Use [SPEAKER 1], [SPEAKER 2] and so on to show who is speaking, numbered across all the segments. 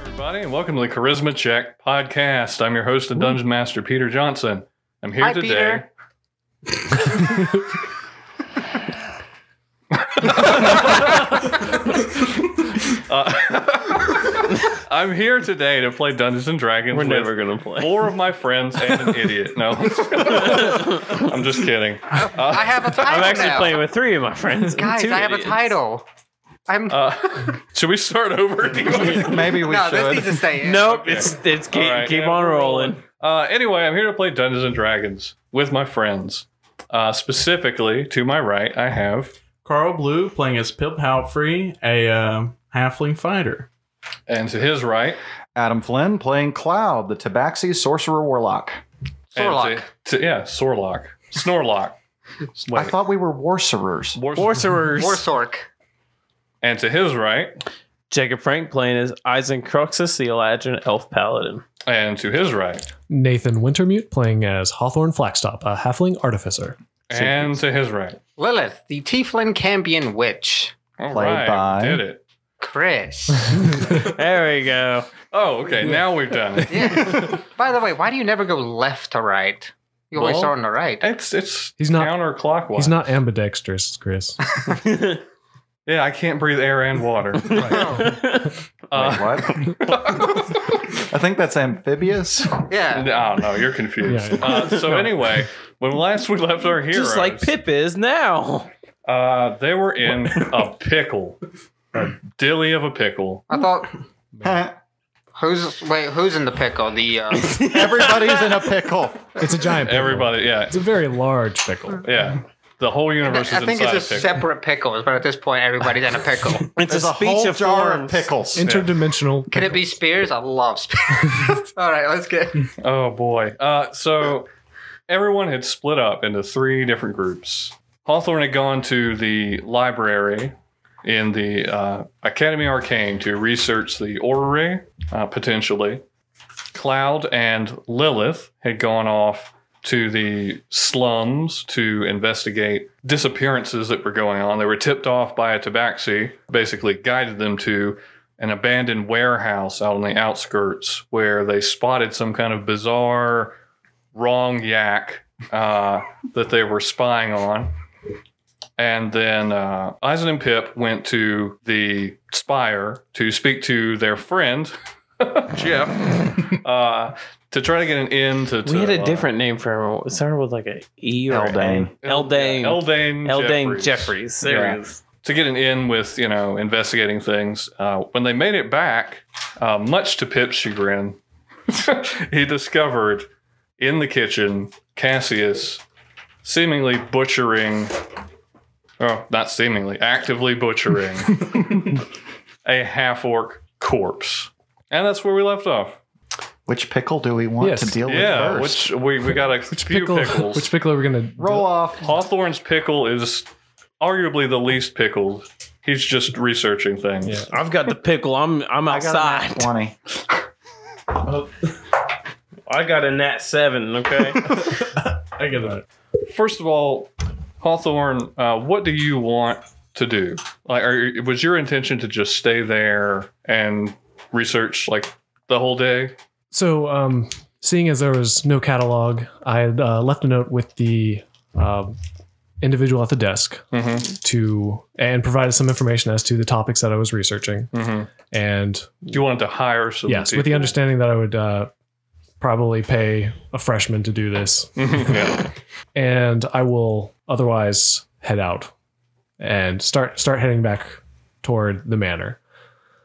[SPEAKER 1] everybody, and welcome to the Charisma Check podcast. I'm your host and dungeon master, Peter Johnson. I'm here
[SPEAKER 2] Hi,
[SPEAKER 1] today. Uh, I'm here today to play Dungeons and Dragons.
[SPEAKER 3] We're
[SPEAKER 1] with
[SPEAKER 3] never gonna play.
[SPEAKER 1] four of my friends and an idiot. No, I'm just kidding.
[SPEAKER 2] I have a title
[SPEAKER 3] I'm actually
[SPEAKER 2] now.
[SPEAKER 3] playing with three of my friends. and
[SPEAKER 2] Guys,
[SPEAKER 3] two
[SPEAKER 2] I have
[SPEAKER 3] idiots.
[SPEAKER 2] a title. I'm
[SPEAKER 1] Uh, should we start over? Do you want me-
[SPEAKER 4] Maybe we
[SPEAKER 2] no. This
[SPEAKER 4] should.
[SPEAKER 2] needs to stay in.
[SPEAKER 3] Nope, it's it's keep,
[SPEAKER 1] All right,
[SPEAKER 3] keep
[SPEAKER 1] yeah,
[SPEAKER 3] on
[SPEAKER 1] we're
[SPEAKER 3] rolling.
[SPEAKER 1] Uh, anyway, I'm here to play Dungeons and Dragons with my friends. Uh, specifically, to my right, I have
[SPEAKER 5] Carl Blue playing as Pip Halfrey, a um, halfling fighter.
[SPEAKER 1] And to his right,
[SPEAKER 4] Adam Flynn playing Cloud, the Tabaxi sorcerer warlock.
[SPEAKER 1] and
[SPEAKER 2] Sorlock.
[SPEAKER 1] To, to, yeah, Sorlock. Snorlock.
[SPEAKER 4] I thought we were warcerers.
[SPEAKER 1] Wars-
[SPEAKER 3] Sorcerers.
[SPEAKER 2] War Sork.
[SPEAKER 1] and to his right,
[SPEAKER 3] Jacob Frank playing as Isaac Cruxus, the Eladrin Elf Paladin.
[SPEAKER 1] and to his right,
[SPEAKER 6] Nathan Wintermute playing as Hawthorne Flackstop, a halfling artificer.
[SPEAKER 1] and to his right.
[SPEAKER 2] Lilith, the Tieflin Cambian Witch.
[SPEAKER 1] All
[SPEAKER 4] Played
[SPEAKER 1] right,
[SPEAKER 4] by-
[SPEAKER 1] did it.
[SPEAKER 2] Chris.
[SPEAKER 3] There we go.
[SPEAKER 1] Oh, okay. Now we've done it.
[SPEAKER 2] yeah. By the way, why do you never go left to right? You always
[SPEAKER 1] Well,
[SPEAKER 2] start on the right.
[SPEAKER 1] It's it's
[SPEAKER 6] He's not-
[SPEAKER 1] counterclockwise.
[SPEAKER 6] He's not ambidextrous, Chris.
[SPEAKER 1] Yeah, I can't breathe air and water.
[SPEAKER 2] Oh,
[SPEAKER 4] Wait,
[SPEAKER 1] Uh,
[SPEAKER 4] what? I think that's amphibious.
[SPEAKER 2] yeah.
[SPEAKER 1] no, Oh, no, you're confused.
[SPEAKER 6] Yeah, yeah.
[SPEAKER 1] Uh, so anyway, when last we left our heroes,
[SPEAKER 3] Just like Pip is now.
[SPEAKER 1] uh, they were in a pickle, a dilly of a pickle.
[SPEAKER 2] I thought
[SPEAKER 4] Everybody's
[SPEAKER 2] who's wait who's in the pickle? The uh,
[SPEAKER 4] in a pickle.
[SPEAKER 6] It's a giant pickle.
[SPEAKER 1] Everybody, yeah,
[SPEAKER 6] It's a very large pickle.
[SPEAKER 1] yeah. The whole universe
[SPEAKER 2] I
[SPEAKER 1] is
[SPEAKER 2] think
[SPEAKER 1] inside
[SPEAKER 2] it's
[SPEAKER 1] a
[SPEAKER 2] a
[SPEAKER 1] pickle.
[SPEAKER 2] separate pickle, but at this point everybody's in a pickle.
[SPEAKER 3] It's
[SPEAKER 4] There's
[SPEAKER 3] a
[SPEAKER 4] a
[SPEAKER 3] speech
[SPEAKER 4] whole
[SPEAKER 3] of
[SPEAKER 4] jar
[SPEAKER 3] forms.
[SPEAKER 4] of pickles.
[SPEAKER 6] Interdimensional.
[SPEAKER 2] Can it be spears? I love spears. All right, let's get.
[SPEAKER 1] Oh boy. Uh, so everyone had split up into three different groups. Hawthorne had gone to the library in the uh, Academy Arcane to research the orrery, uh, potentially. Cloud and Lilith had gone off to the slums to investigate disappearances that were going on. They were tipped off by a tabaxi, basically guided them to an abandoned warehouse out on the outskirts where they spotted some kind of bizarre wrong yak uh, that they were spying on. And then uh, Eisen and Pip went to the spire to speak to their friend, Jeff, uh, to try to get an end to.
[SPEAKER 3] We had
[SPEAKER 1] to,
[SPEAKER 3] a
[SPEAKER 1] uh,
[SPEAKER 3] different name for him. It started with like a E or
[SPEAKER 4] Eldane.
[SPEAKER 3] Eldane.
[SPEAKER 1] Eldane.
[SPEAKER 3] Eldane
[SPEAKER 1] Jeffries.
[SPEAKER 3] Jeffries. There
[SPEAKER 1] Yeah.
[SPEAKER 3] he is.
[SPEAKER 1] to get an in with you know investigating things. Uh, when they made it back, uh, much to Pip's chagrin, he discovered in the kitchen Cassius seemingly butchering, oh, not seemingly, actively butchering a half orc corpse, and that's where we left off.
[SPEAKER 4] Which pickle do we want
[SPEAKER 6] Yes.
[SPEAKER 4] to deal
[SPEAKER 1] yeah,
[SPEAKER 4] with first?
[SPEAKER 1] which we we got a
[SPEAKER 6] Which
[SPEAKER 1] few
[SPEAKER 6] pickle?
[SPEAKER 1] pickles.
[SPEAKER 6] Which pickle are we gonna
[SPEAKER 4] Roll off.
[SPEAKER 1] Hawthorne's pickle is arguably the least pickled. He's just researching things.
[SPEAKER 6] Yeah.
[SPEAKER 3] I've got the pickle. I'm I'm
[SPEAKER 4] I got a nat
[SPEAKER 3] outside.
[SPEAKER 4] 20.
[SPEAKER 3] I got a nat seven. Okay.
[SPEAKER 5] I get that.
[SPEAKER 1] First of all, Hawthorne, uh, what do you want to do? Like, are, was your intention to just stay there and research like the whole day?
[SPEAKER 6] So, um, seeing as there was no catalog, I had uh, left a note with the um individual at the desk
[SPEAKER 1] Mm-hmm.
[SPEAKER 6] to and provided some information as to the topics that I was researching.
[SPEAKER 1] Mm-hmm.
[SPEAKER 6] And
[SPEAKER 1] You wanted to hire some.
[SPEAKER 6] yes, with the
[SPEAKER 1] people.
[SPEAKER 6] understanding that I would uh, probably pay a freshman to do this,
[SPEAKER 1] Mhm, yeah.
[SPEAKER 6] and I will otherwise head out and start start heading back toward the manor.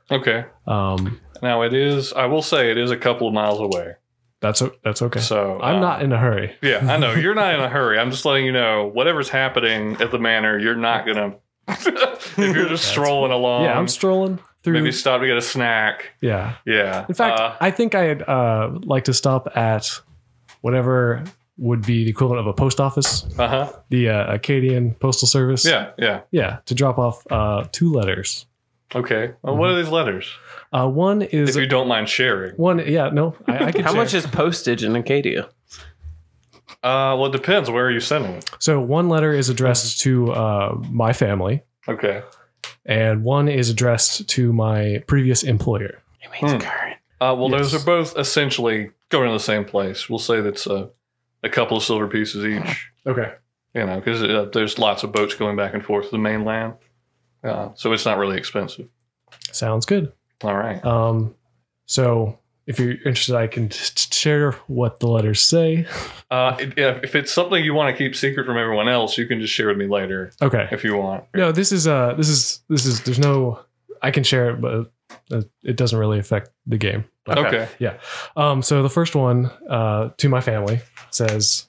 [SPEAKER 1] Okay.
[SPEAKER 6] Um,
[SPEAKER 1] Now it is. I will say it is a couple of miles away.
[SPEAKER 6] that's o- that's okay.
[SPEAKER 1] So
[SPEAKER 6] I'm
[SPEAKER 1] uh,
[SPEAKER 6] not in a hurry.
[SPEAKER 1] Yeah, I know you're not in a hurry. I'm just letting you know whatever's happening at the manor. You're not gonna. if you're just strolling along,
[SPEAKER 6] yeah, I'm strolling through.
[SPEAKER 1] um, maybe stop to get a snack.
[SPEAKER 6] yeah.
[SPEAKER 1] Yeah.
[SPEAKER 6] In fact,
[SPEAKER 1] uh,
[SPEAKER 6] I think I'd uh, like to stop at whatever would be the equivalent of a post office,
[SPEAKER 1] huh.
[SPEAKER 6] the uh, Acadian Postal Service.
[SPEAKER 1] uh-huh. Yeah. Yeah.
[SPEAKER 6] Yeah, to drop off uh, two letters.
[SPEAKER 1] Okay. Well, What are these letters?
[SPEAKER 6] Uh, one
[SPEAKER 1] If
[SPEAKER 6] Mhm. is
[SPEAKER 1] you don't mind sharing.
[SPEAKER 6] one. Yeah, no, I, I can.
[SPEAKER 3] How
[SPEAKER 6] share.
[SPEAKER 3] much is postage in Acadia?
[SPEAKER 1] Uh, well, it depends. Where are you sending it?
[SPEAKER 6] So one letter is addressed to uh, my family,
[SPEAKER 1] Okay.
[SPEAKER 6] and one is addressed to my previous employer.
[SPEAKER 3] It means
[SPEAKER 1] Hmm.
[SPEAKER 3] current.
[SPEAKER 1] Uh, well, those
[SPEAKER 6] Yes.
[SPEAKER 1] are both essentially going to the same place. We'll say that's a, a couple of silver pieces each,
[SPEAKER 6] Okay.
[SPEAKER 1] you know, because uh, there's lots of boats going back and forth to the mainland. Uh, so it's not really expensive.
[SPEAKER 6] Sounds good.
[SPEAKER 1] All right.
[SPEAKER 6] Um, so if you're interested, I can t- t- share what the letters say.
[SPEAKER 1] Uh, it- if if it's something you want to keep secret from everyone else, you can just share with me later
[SPEAKER 6] Okay.
[SPEAKER 1] if you want.
[SPEAKER 6] No, this is uh, this is this is. There's no. I can share it, but uh, it doesn't really affect the game.
[SPEAKER 1] Okay.
[SPEAKER 6] Um, so the first one uh, to my family says,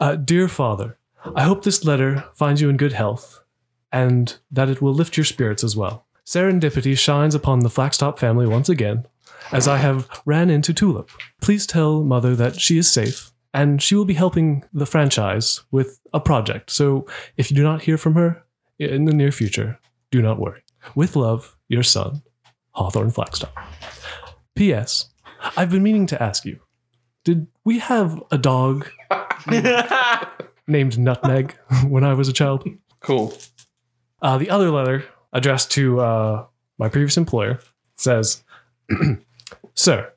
[SPEAKER 6] uh, "Dear father, I hope this letter finds you in good health, and that it will lift your spirits as well. Serendipity shines upon the Flaxtop family once again, as I have ran into Tulip. Please tell mother that she is safe." And she will be helping the franchise with a project. So if you do not hear from her in the near future, do not worry. With love, your son, Hawthorne Flaxtop. P.S. I've been meaning to ask you. Did we have a dog named Nutmeg when I was a child?
[SPEAKER 1] Cool.
[SPEAKER 6] Uh, the other letter, addressed to uh, my previous employer, says Sir,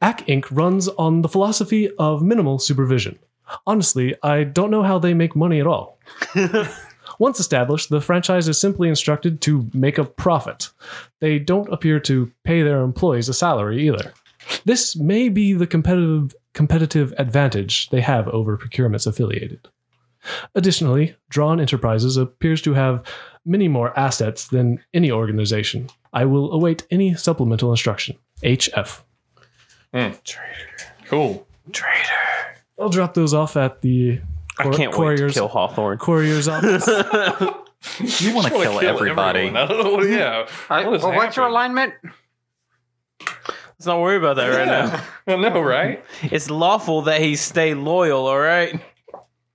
[SPEAKER 6] AC Inc. runs on the philosophy of minimal supervision. Honestly, I don't know how they make money at all. Once established, the franchise is simply instructed to make a profit. They don't appear to pay their employees a salary either. This may be the competitive competitive advantage they have over procurements affiliated. Additionally, Drawn Enterprises appears to have many more assets than any organization. I will await any supplemental instruction. HF.
[SPEAKER 1] Cool.
[SPEAKER 6] I'll drop those off at the
[SPEAKER 3] I can't wait to
[SPEAKER 6] courier's,
[SPEAKER 3] kill Hawthorne.
[SPEAKER 6] courier's office.
[SPEAKER 4] You want to
[SPEAKER 1] Wanna
[SPEAKER 4] kill, everybody.
[SPEAKER 1] everyone. I don't know. what- Yeah.
[SPEAKER 2] Uh,
[SPEAKER 1] What is
[SPEAKER 2] well, what's your
[SPEAKER 1] happening?
[SPEAKER 2] alignment?
[SPEAKER 3] Let's not worry about that right now.
[SPEAKER 1] I know, right?
[SPEAKER 3] It's lawful that he stay loyal, all right?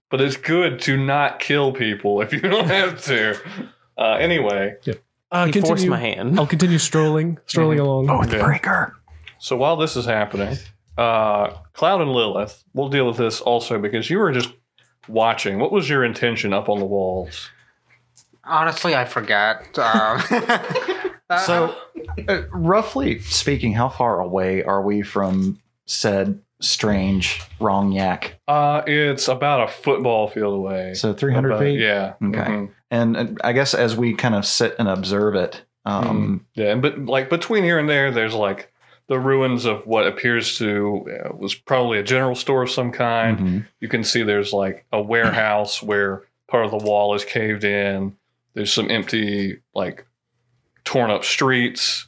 [SPEAKER 1] But it's good to not kill people if you don't have to. Uh, anyway,
[SPEAKER 6] Uh,
[SPEAKER 3] He forced
[SPEAKER 6] continue- Oh.
[SPEAKER 3] my hand. Oh.
[SPEAKER 6] I'll continue strolling, strolling along.
[SPEAKER 1] Okay.
[SPEAKER 4] breaker.
[SPEAKER 1] so while this is happening, uh, Cloud and Lilith, we'll deal with this also because you were just watching. What was your intention up on the walls?
[SPEAKER 2] Honestly, I forgot. Um, uh,
[SPEAKER 4] So, uh, roughly speaking, how far away are we from said strange wrong yak?
[SPEAKER 1] Uh, it's about a football field away.
[SPEAKER 4] So 300
[SPEAKER 1] About-
[SPEAKER 4] feet?
[SPEAKER 1] Yeah.
[SPEAKER 4] Okay.
[SPEAKER 1] Mhm.
[SPEAKER 4] And, and I guess as we kind of sit and observe it, um,
[SPEAKER 1] Yeah, and but like between here and there, there's like the ruins of what appears to uh, was probably a general store of some kind.
[SPEAKER 4] mhm.
[SPEAKER 1] You can see there's like a warehouse where part of the wall is caved in. There's some empty, like torn up streets,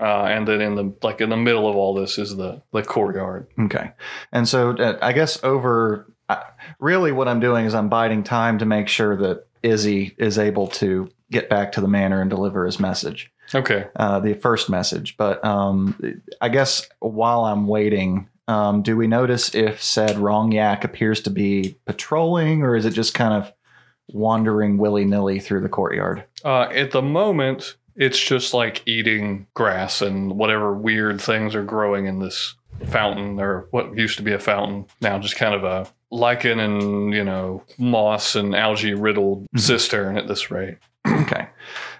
[SPEAKER 1] uh, and then in the like in the middle of all this is the the courtyard.
[SPEAKER 4] okay. And so uh, I guess over I really what I'm doing is I'm biding time to make sure that Izzy is able to get back to the manor and deliver his message.
[SPEAKER 1] Okay,
[SPEAKER 4] uh, the first message. But um, I guess while I'm waiting, um, do we notice if said wrong yak appears to be patrolling, or is it just kind of wandering willy nilly through the courtyard?
[SPEAKER 1] uh, at the moment it's just like eating grass and whatever weird things are growing in this fountain or what used to be a fountain now just kind of a lichen and you know moss and algae riddled
[SPEAKER 4] Mhm.
[SPEAKER 1] cistern at this rate.
[SPEAKER 4] okay.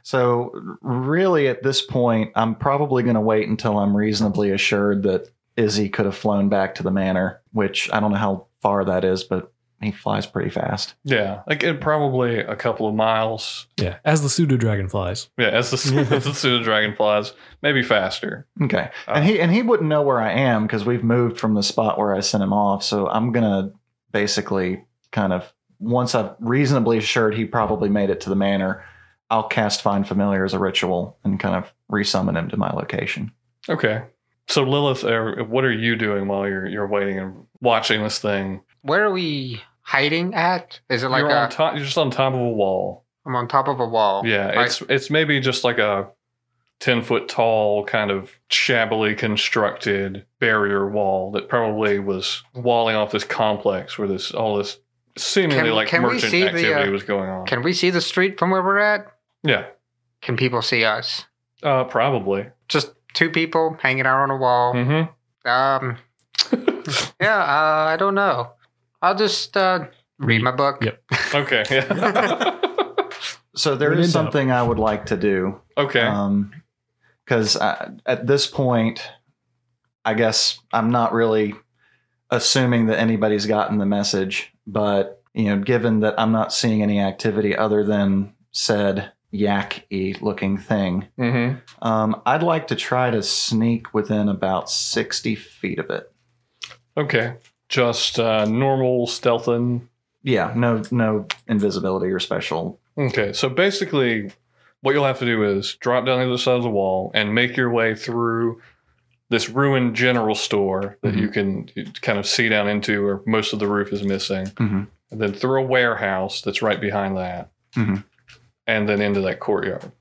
[SPEAKER 4] So really, at this point, I'm probably going to wait until I'm reasonably assured that Izzy could have flown back to the manor, which I don't know how far that is, but he flies pretty fast.
[SPEAKER 1] Yeah, like it probably a couple of miles.
[SPEAKER 6] Yeah, as the pseudo dragon flies.
[SPEAKER 1] Yeah, as the, as the pseudo dragon flies, maybe faster.
[SPEAKER 4] Okay.
[SPEAKER 1] Uh,
[SPEAKER 4] and he and he wouldn't know where I am because we've moved from the spot where I sent him off. So I'm gonna basically kind of once I've reasonably assured he probably made it to the manor, I'll cast Find Familiar as a ritual and kind of resummon him to my location.
[SPEAKER 1] Okay. So Lilith, uh, what are you doing while you're you're waiting and watching this thing?
[SPEAKER 2] where are we hiding at? Is it like
[SPEAKER 1] you're on
[SPEAKER 2] a,
[SPEAKER 1] top. You're just on top of a wall.
[SPEAKER 2] I'm on top of a wall?
[SPEAKER 1] Yeah,
[SPEAKER 2] Like,
[SPEAKER 1] it's it's maybe just like a ten foot tall, kind of shabbily constructed barrier wall that probably was walling off this complex where this all this seemingly
[SPEAKER 2] Can-
[SPEAKER 1] like
[SPEAKER 2] can we
[SPEAKER 1] merchant
[SPEAKER 2] see the,
[SPEAKER 1] activity
[SPEAKER 2] uh,
[SPEAKER 1] was going on.
[SPEAKER 2] can we see the street from where we're at?
[SPEAKER 1] yeah,
[SPEAKER 2] Can people see us?
[SPEAKER 1] uh, probably.
[SPEAKER 2] Just two people hanging out on a wall.
[SPEAKER 1] hmm
[SPEAKER 2] Um, yeah, uh, I don't know. I'll just uh, read my book.
[SPEAKER 6] Yep.
[SPEAKER 1] Okay. Yeah.
[SPEAKER 4] So there
[SPEAKER 6] When
[SPEAKER 4] is
[SPEAKER 6] in doubt.
[SPEAKER 4] something I would like to do
[SPEAKER 1] okay.
[SPEAKER 4] because at this point, I guess I'm not really assuming that anybody's gotten the message, but you know, given that I'm not seeing any activity other than said yak-y looking thing,
[SPEAKER 1] Mm-hmm.
[SPEAKER 4] um, I'd like to try to sneak within about 60 feet of it.
[SPEAKER 1] Okay. Just uh, normal stealthing.
[SPEAKER 4] Yeah, no, no invisibility or special.
[SPEAKER 1] Okay. So basically, what you'll have to do is drop down the other side of the wall and make your way through this ruined general store that you can kind of see down into where most of the roof is missing.
[SPEAKER 4] Mhm.
[SPEAKER 1] And then through a warehouse that's right behind that.
[SPEAKER 4] Mhm.
[SPEAKER 1] And then into that courtyard.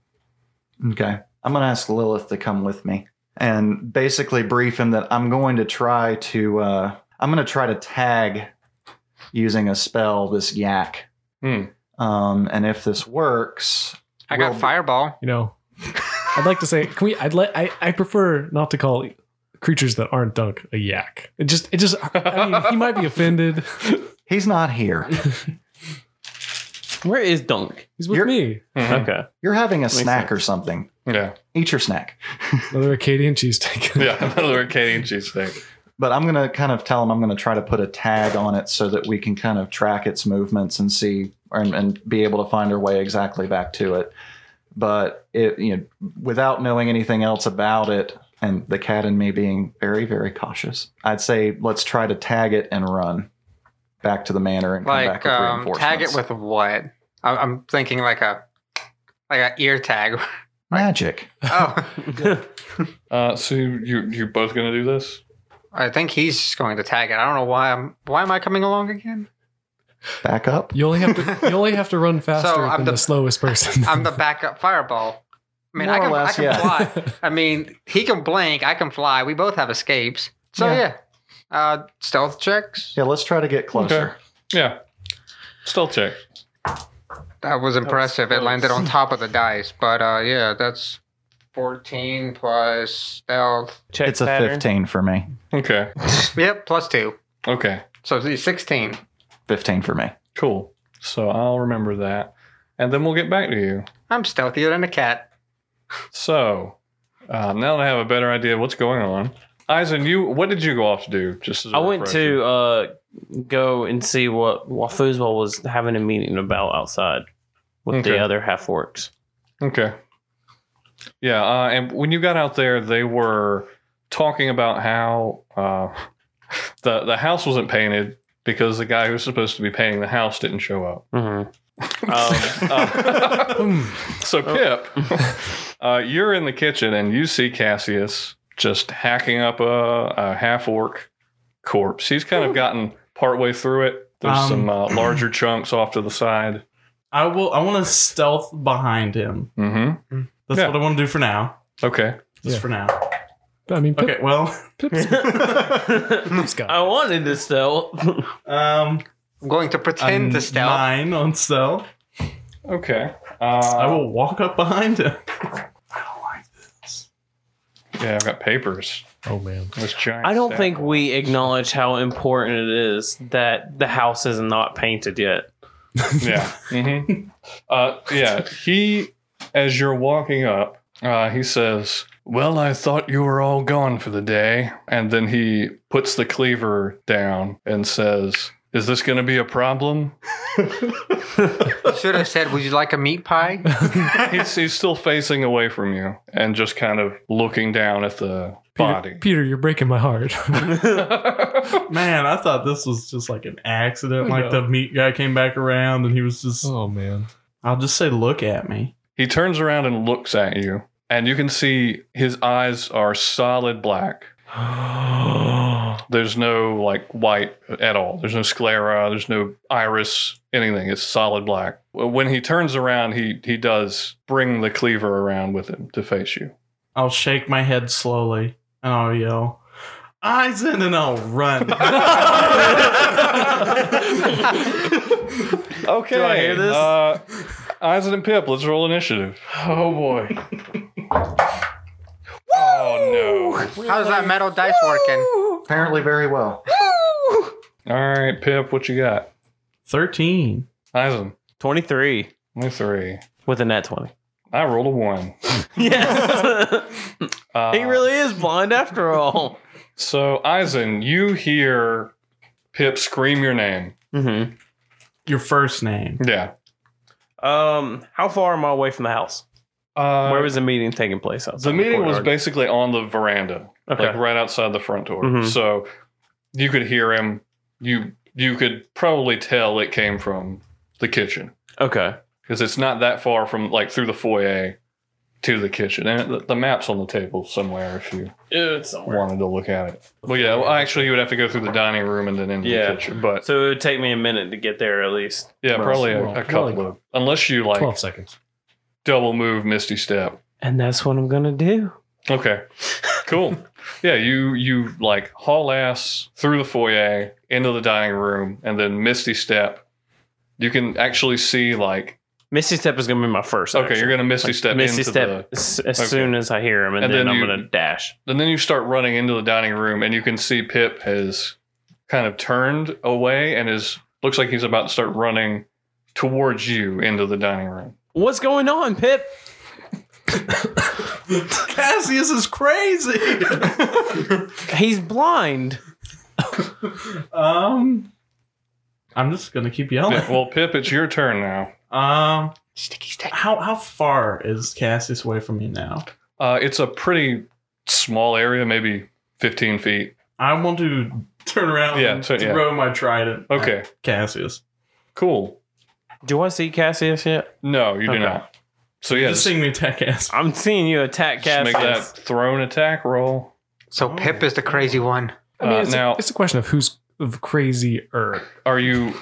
[SPEAKER 4] Okay, I'm gonna ask Lilith to come with me and basically brief him that I'm going to try to, uh, I'm gonna try to tag using a spell this yak.
[SPEAKER 1] Hmm.
[SPEAKER 4] Um, and if this works,
[SPEAKER 2] I got
[SPEAKER 4] Well-
[SPEAKER 2] fireball.
[SPEAKER 6] You know, I'd like to say, can we? I'd let. I, I prefer not to call creatures that aren't dunk a yak. It just. It just. I mean, he might be offended.
[SPEAKER 4] he's not here.
[SPEAKER 3] Where is Dunk?
[SPEAKER 6] He's with
[SPEAKER 4] You're-
[SPEAKER 6] me.
[SPEAKER 1] Mhm.
[SPEAKER 3] Okay.
[SPEAKER 4] You're having a
[SPEAKER 3] Makes
[SPEAKER 4] snack
[SPEAKER 3] sense.
[SPEAKER 4] or something.
[SPEAKER 1] Mm-hmm. Yeah.
[SPEAKER 4] Eat your snack.
[SPEAKER 6] Another Acadian cheesesteak.
[SPEAKER 1] Yeah. Another Acadian cheesesteak.
[SPEAKER 4] But I'm gonna kind of tell him I'm gonna try to put a tag on it so that we can kind of track its movements and see and, and be able to find our way exactly back to it. But it, you know, without knowing anything else about it, and the cat and me being very, very cautious, I'd say let's try to tag it and run back to the manor and come
[SPEAKER 2] Like
[SPEAKER 4] back with
[SPEAKER 2] um,
[SPEAKER 4] reinforcements.
[SPEAKER 2] tag it with what? I- I'm thinking like a like a ear tag.
[SPEAKER 4] magic.
[SPEAKER 2] oh,
[SPEAKER 1] Uh, so you, you you both gonna do this?
[SPEAKER 2] I think he's going to tag it. I don't know why. I'm why am I coming along again?
[SPEAKER 4] Back up.
[SPEAKER 6] You only have to. You only have to run faster
[SPEAKER 2] I'm
[SPEAKER 6] than the,
[SPEAKER 2] the-
[SPEAKER 6] slowest person.
[SPEAKER 2] I'm the backup fireball. I mean, I
[SPEAKER 4] More or
[SPEAKER 2] can,
[SPEAKER 4] less,
[SPEAKER 2] I can
[SPEAKER 4] yeah.
[SPEAKER 2] fly. I mean, he can blink. I can fly. We both have escapes. So
[SPEAKER 4] Yeah.
[SPEAKER 2] yeah, Uh, stealth checks.
[SPEAKER 4] Yeah, let's try to get closer.
[SPEAKER 1] Yeah. Stealth check.
[SPEAKER 2] That was impressive. it landed on top of the dice, but uh, yeah, that's fourteen plus stealth.
[SPEAKER 3] Check
[SPEAKER 4] It's a
[SPEAKER 3] pattern.
[SPEAKER 4] 15 for me.
[SPEAKER 1] Okay.
[SPEAKER 2] Yep, plus two.
[SPEAKER 1] Okay.
[SPEAKER 2] So it's sixteen.
[SPEAKER 4] 15 for me.
[SPEAKER 1] Cool. So I'll remember that, and then we'll get back to you.
[SPEAKER 2] I'm stealthier than a cat.
[SPEAKER 1] So uh, now that I have a better idea of what's going on, Eisen, you what did you go off to do? Just as a
[SPEAKER 3] I went
[SPEAKER 1] refresher?
[SPEAKER 3] to uh, go and see what Wafuzwa was having a meeting about outside with
[SPEAKER 1] Okay.
[SPEAKER 3] the other half orcs.
[SPEAKER 1] Okay. Yeah, uh, and when you got out there, they were talking about how uh, the the house wasn't painted because the guy who was supposed to be painting the house didn't show up.
[SPEAKER 3] Mm-hmm. Um,
[SPEAKER 1] Uh,
[SPEAKER 6] Hmm.
[SPEAKER 1] So Pip, uh, you're in the kitchen and you see Cassius just hacking up a, a half orc corpse. He's kind of gotten partway through it. There's
[SPEAKER 5] Um,
[SPEAKER 1] some uh, larger chunks off to the side.
[SPEAKER 5] I will. I want to stealth behind him.
[SPEAKER 1] Mm-hmm.
[SPEAKER 5] That's
[SPEAKER 1] Yeah.
[SPEAKER 5] what I want to do for now.
[SPEAKER 1] Okay.
[SPEAKER 5] Just
[SPEAKER 6] Yeah.
[SPEAKER 5] for now.
[SPEAKER 6] I mean, Pip,
[SPEAKER 5] Okay. Well.
[SPEAKER 6] Pip's, Pip's got.
[SPEAKER 3] I wanted to stealth.
[SPEAKER 5] um.
[SPEAKER 2] I'm going to pretend
[SPEAKER 5] a
[SPEAKER 2] to stealth.
[SPEAKER 5] Nine on stealth.
[SPEAKER 1] Okay. Uh,
[SPEAKER 5] I will walk up behind him.
[SPEAKER 1] Yeah, I've got papers.
[SPEAKER 6] Oh man.
[SPEAKER 1] This giant.
[SPEAKER 3] I don't
[SPEAKER 1] stack.
[SPEAKER 3] think we acknowledge how important it is that the house is not painted yet.
[SPEAKER 1] yeah. hmm Uh, yeah. He, as you're walking up, uh, he says, Well, I thought you were all gone for the day. And then he puts the cleaver down and says, Is this going to be a problem?
[SPEAKER 2] You should have said, "Would you like a meat pie?"
[SPEAKER 1] he's, he's still facing away from you and just kind of looking down at the
[SPEAKER 6] Peter,
[SPEAKER 1] body.
[SPEAKER 6] Peter, you're breaking my heart.
[SPEAKER 5] Man, I thought this was just like an accident. Like
[SPEAKER 6] Oh, No.
[SPEAKER 5] the meat guy came back around and he was just.
[SPEAKER 6] oh man.
[SPEAKER 5] I'll just say, look at me.
[SPEAKER 1] He turns around and looks at you, and you can see his eyes are solid black. There's no like white at all. There's no sclera. There's no iris. Anything. It's solid black. When he turns around, he he does bring the cleaver around with him to face you.
[SPEAKER 5] I'll shake my head slowly and I'll yell, "Eyes in!" and I'll run.
[SPEAKER 1] Okay.
[SPEAKER 3] Do I hear this?
[SPEAKER 1] Uh, Eisen and Pip, let's roll initiative.
[SPEAKER 5] oh boy.
[SPEAKER 1] Oh
[SPEAKER 2] How's that metal dice working?
[SPEAKER 4] Apparently, very well.
[SPEAKER 1] no! All right, Pip, what you got?
[SPEAKER 5] 13.
[SPEAKER 1] Eisen,
[SPEAKER 3] 23
[SPEAKER 1] only three.
[SPEAKER 3] with a net 20.
[SPEAKER 1] I rolled a one.
[SPEAKER 3] yes.
[SPEAKER 1] Uh,
[SPEAKER 3] he really is blind after all.
[SPEAKER 1] So, Eisen, you hear Pip scream your name.
[SPEAKER 3] Mm-hmm.
[SPEAKER 5] Your first name.
[SPEAKER 1] Yeah.
[SPEAKER 3] Um, how far am I away from the house?
[SPEAKER 1] Uh,
[SPEAKER 3] Where was the meeting taking place? outside
[SPEAKER 1] the meeting was
[SPEAKER 3] courtyard?
[SPEAKER 1] basically on the veranda,
[SPEAKER 3] okay.
[SPEAKER 1] like right outside the front door.
[SPEAKER 3] Mhm.
[SPEAKER 1] So you could hear him. You you could probably tell it came from the kitchen
[SPEAKER 3] Okay.
[SPEAKER 1] because it's not that far from like through the foyer to the kitchen. And the, the map's on the table somewhere if you
[SPEAKER 3] It's somewhere.
[SPEAKER 1] wanted to look at it. Well, yeah. Well, actually, you would have to go through the dining room and then into
[SPEAKER 3] Yeah.
[SPEAKER 1] the kitchen. But
[SPEAKER 3] So it would take me a minute to get there at least.
[SPEAKER 1] yeah, probably a,
[SPEAKER 6] well,
[SPEAKER 1] a couple
[SPEAKER 6] well,
[SPEAKER 1] of unless you like
[SPEAKER 6] 12 seconds.
[SPEAKER 1] double move, misty step.
[SPEAKER 3] And that's what I'm gonna do.
[SPEAKER 1] Okay. Cool. yeah, you you like haul ass through the foyer into the dining room and then misty step. You can actually see like
[SPEAKER 3] Misty step is gonna be my first.
[SPEAKER 1] okay,
[SPEAKER 3] action.
[SPEAKER 1] you're gonna misty step
[SPEAKER 3] Misty
[SPEAKER 1] into
[SPEAKER 3] step as, as
[SPEAKER 1] okay.
[SPEAKER 3] soon as I hear him, and,
[SPEAKER 1] And
[SPEAKER 3] then,
[SPEAKER 1] then
[SPEAKER 3] I'm
[SPEAKER 1] you-
[SPEAKER 3] gonna dash.
[SPEAKER 1] the and then you start running into the dining room and you can see Pip has kind of turned away and is looks like he's about to start running towards you into the dining room.
[SPEAKER 3] What's going on, Pip?
[SPEAKER 5] Cassius is crazy.
[SPEAKER 3] He's blind.
[SPEAKER 5] um, I'm just gonna keep yelling.
[SPEAKER 1] Yeah, well, Pip, it's your turn now.
[SPEAKER 5] Um, sticky stick. How how far is Cassius away from me now?
[SPEAKER 1] Uh, it's a pretty small area, maybe 15 feet.
[SPEAKER 5] I want to turn around
[SPEAKER 1] Yeah,
[SPEAKER 5] and
[SPEAKER 1] turn- yeah.
[SPEAKER 5] throw my trident. at
[SPEAKER 1] Okay,
[SPEAKER 5] Cassius.
[SPEAKER 1] cool.
[SPEAKER 3] Do I see Cassius yet?
[SPEAKER 1] No, you
[SPEAKER 3] Okay.
[SPEAKER 1] do not. So yeah,
[SPEAKER 5] Just
[SPEAKER 1] just,
[SPEAKER 5] seeing me attack Cassius.
[SPEAKER 3] I'm seeing you attack
[SPEAKER 1] just
[SPEAKER 3] Cassius.
[SPEAKER 1] make that thrown attack roll.
[SPEAKER 2] So
[SPEAKER 5] Oh.
[SPEAKER 2] Pip is the crazy one.
[SPEAKER 6] I mean,
[SPEAKER 1] Uh,
[SPEAKER 6] it's,
[SPEAKER 1] now-
[SPEAKER 6] a, it's a question of who's of er. crazier.
[SPEAKER 1] Are you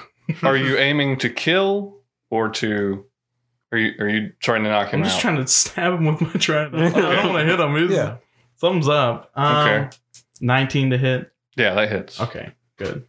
[SPEAKER 1] are you aiming to kill or to are you are you trying to knock him
[SPEAKER 5] I'm just
[SPEAKER 1] out?
[SPEAKER 5] trying to stab him with my trident. I don't want to hit him. It's-
[SPEAKER 6] Yeah.
[SPEAKER 5] Thumbs up. Um,
[SPEAKER 1] Okay.
[SPEAKER 5] 19 to hit.
[SPEAKER 1] yeah, that hits.
[SPEAKER 5] Okay, good.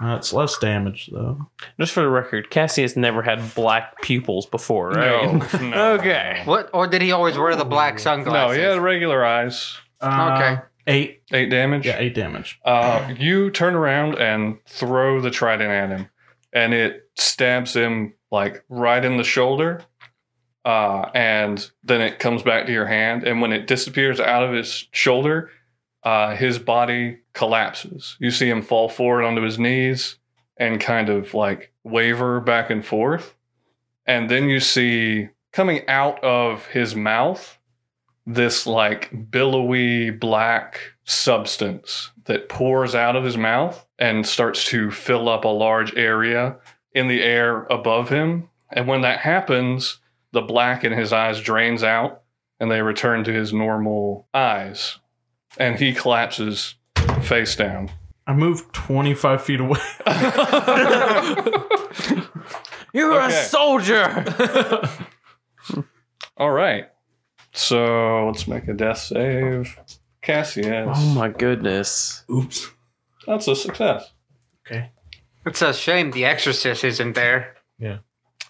[SPEAKER 5] Uh, it's less damage though.
[SPEAKER 3] Just for the record, Cassius never had black pupils before, right?
[SPEAKER 1] No, no.
[SPEAKER 3] Okay.
[SPEAKER 2] What? Or did he always wear the black
[SPEAKER 1] No,
[SPEAKER 2] sunglasses?
[SPEAKER 1] he had regular eyes.
[SPEAKER 5] Uh,
[SPEAKER 2] Okay.
[SPEAKER 5] Eight.
[SPEAKER 1] Eight damage.
[SPEAKER 5] Yeah, eight damage.
[SPEAKER 1] Uh, you turn around and throw the trident at him, and it stabs him like right in the shoulder. Uh, and then it comes back to your hand, and when it disappears out of his shoulder, uh, his body collapses. You see him fall forward onto his knees and kind of like waver back and forth. And then you see coming out of his mouth this like billowy black substance that pours out of his mouth and starts to fill up a large area in the air above him. And when that happens, the black in his eyes drains out and they return to his normal eyes. And he collapses face down.
[SPEAKER 5] I moved 25 feet away.
[SPEAKER 3] You're
[SPEAKER 1] Okay.
[SPEAKER 3] a soldier.
[SPEAKER 1] All right. So let's make a death save. Cassius.
[SPEAKER 3] oh my goodness.
[SPEAKER 5] Oops.
[SPEAKER 1] That's a success.
[SPEAKER 5] Okay.
[SPEAKER 2] It's a shame the exorcist isn't there.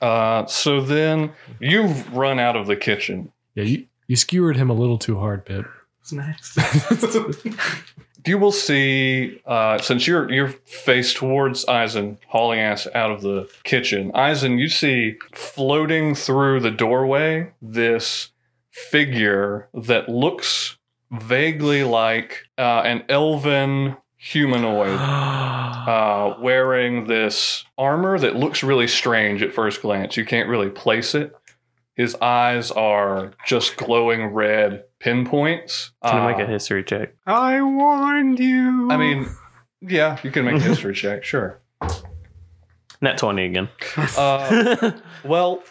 [SPEAKER 1] Uh, so then you've run out of the kitchen.
[SPEAKER 6] Yeah, you, you skewered him a little too hard, Pip.
[SPEAKER 5] It's next.
[SPEAKER 1] you will see uh, since you're you're faced towards Eisen hauling ass out of the kitchen. Eisen, you see floating through the doorway this figure that looks vaguely like uh, an elven humanoid uh, wearing this armor that looks really strange at first glance. You can't really place it. His eyes are just glowing red pinpoints.
[SPEAKER 3] Can I
[SPEAKER 1] Uh,
[SPEAKER 3] make a history check?
[SPEAKER 2] I warned you.
[SPEAKER 1] I mean, yeah, you can make a history check, sure.
[SPEAKER 3] Net 20 again.
[SPEAKER 1] Uh, well,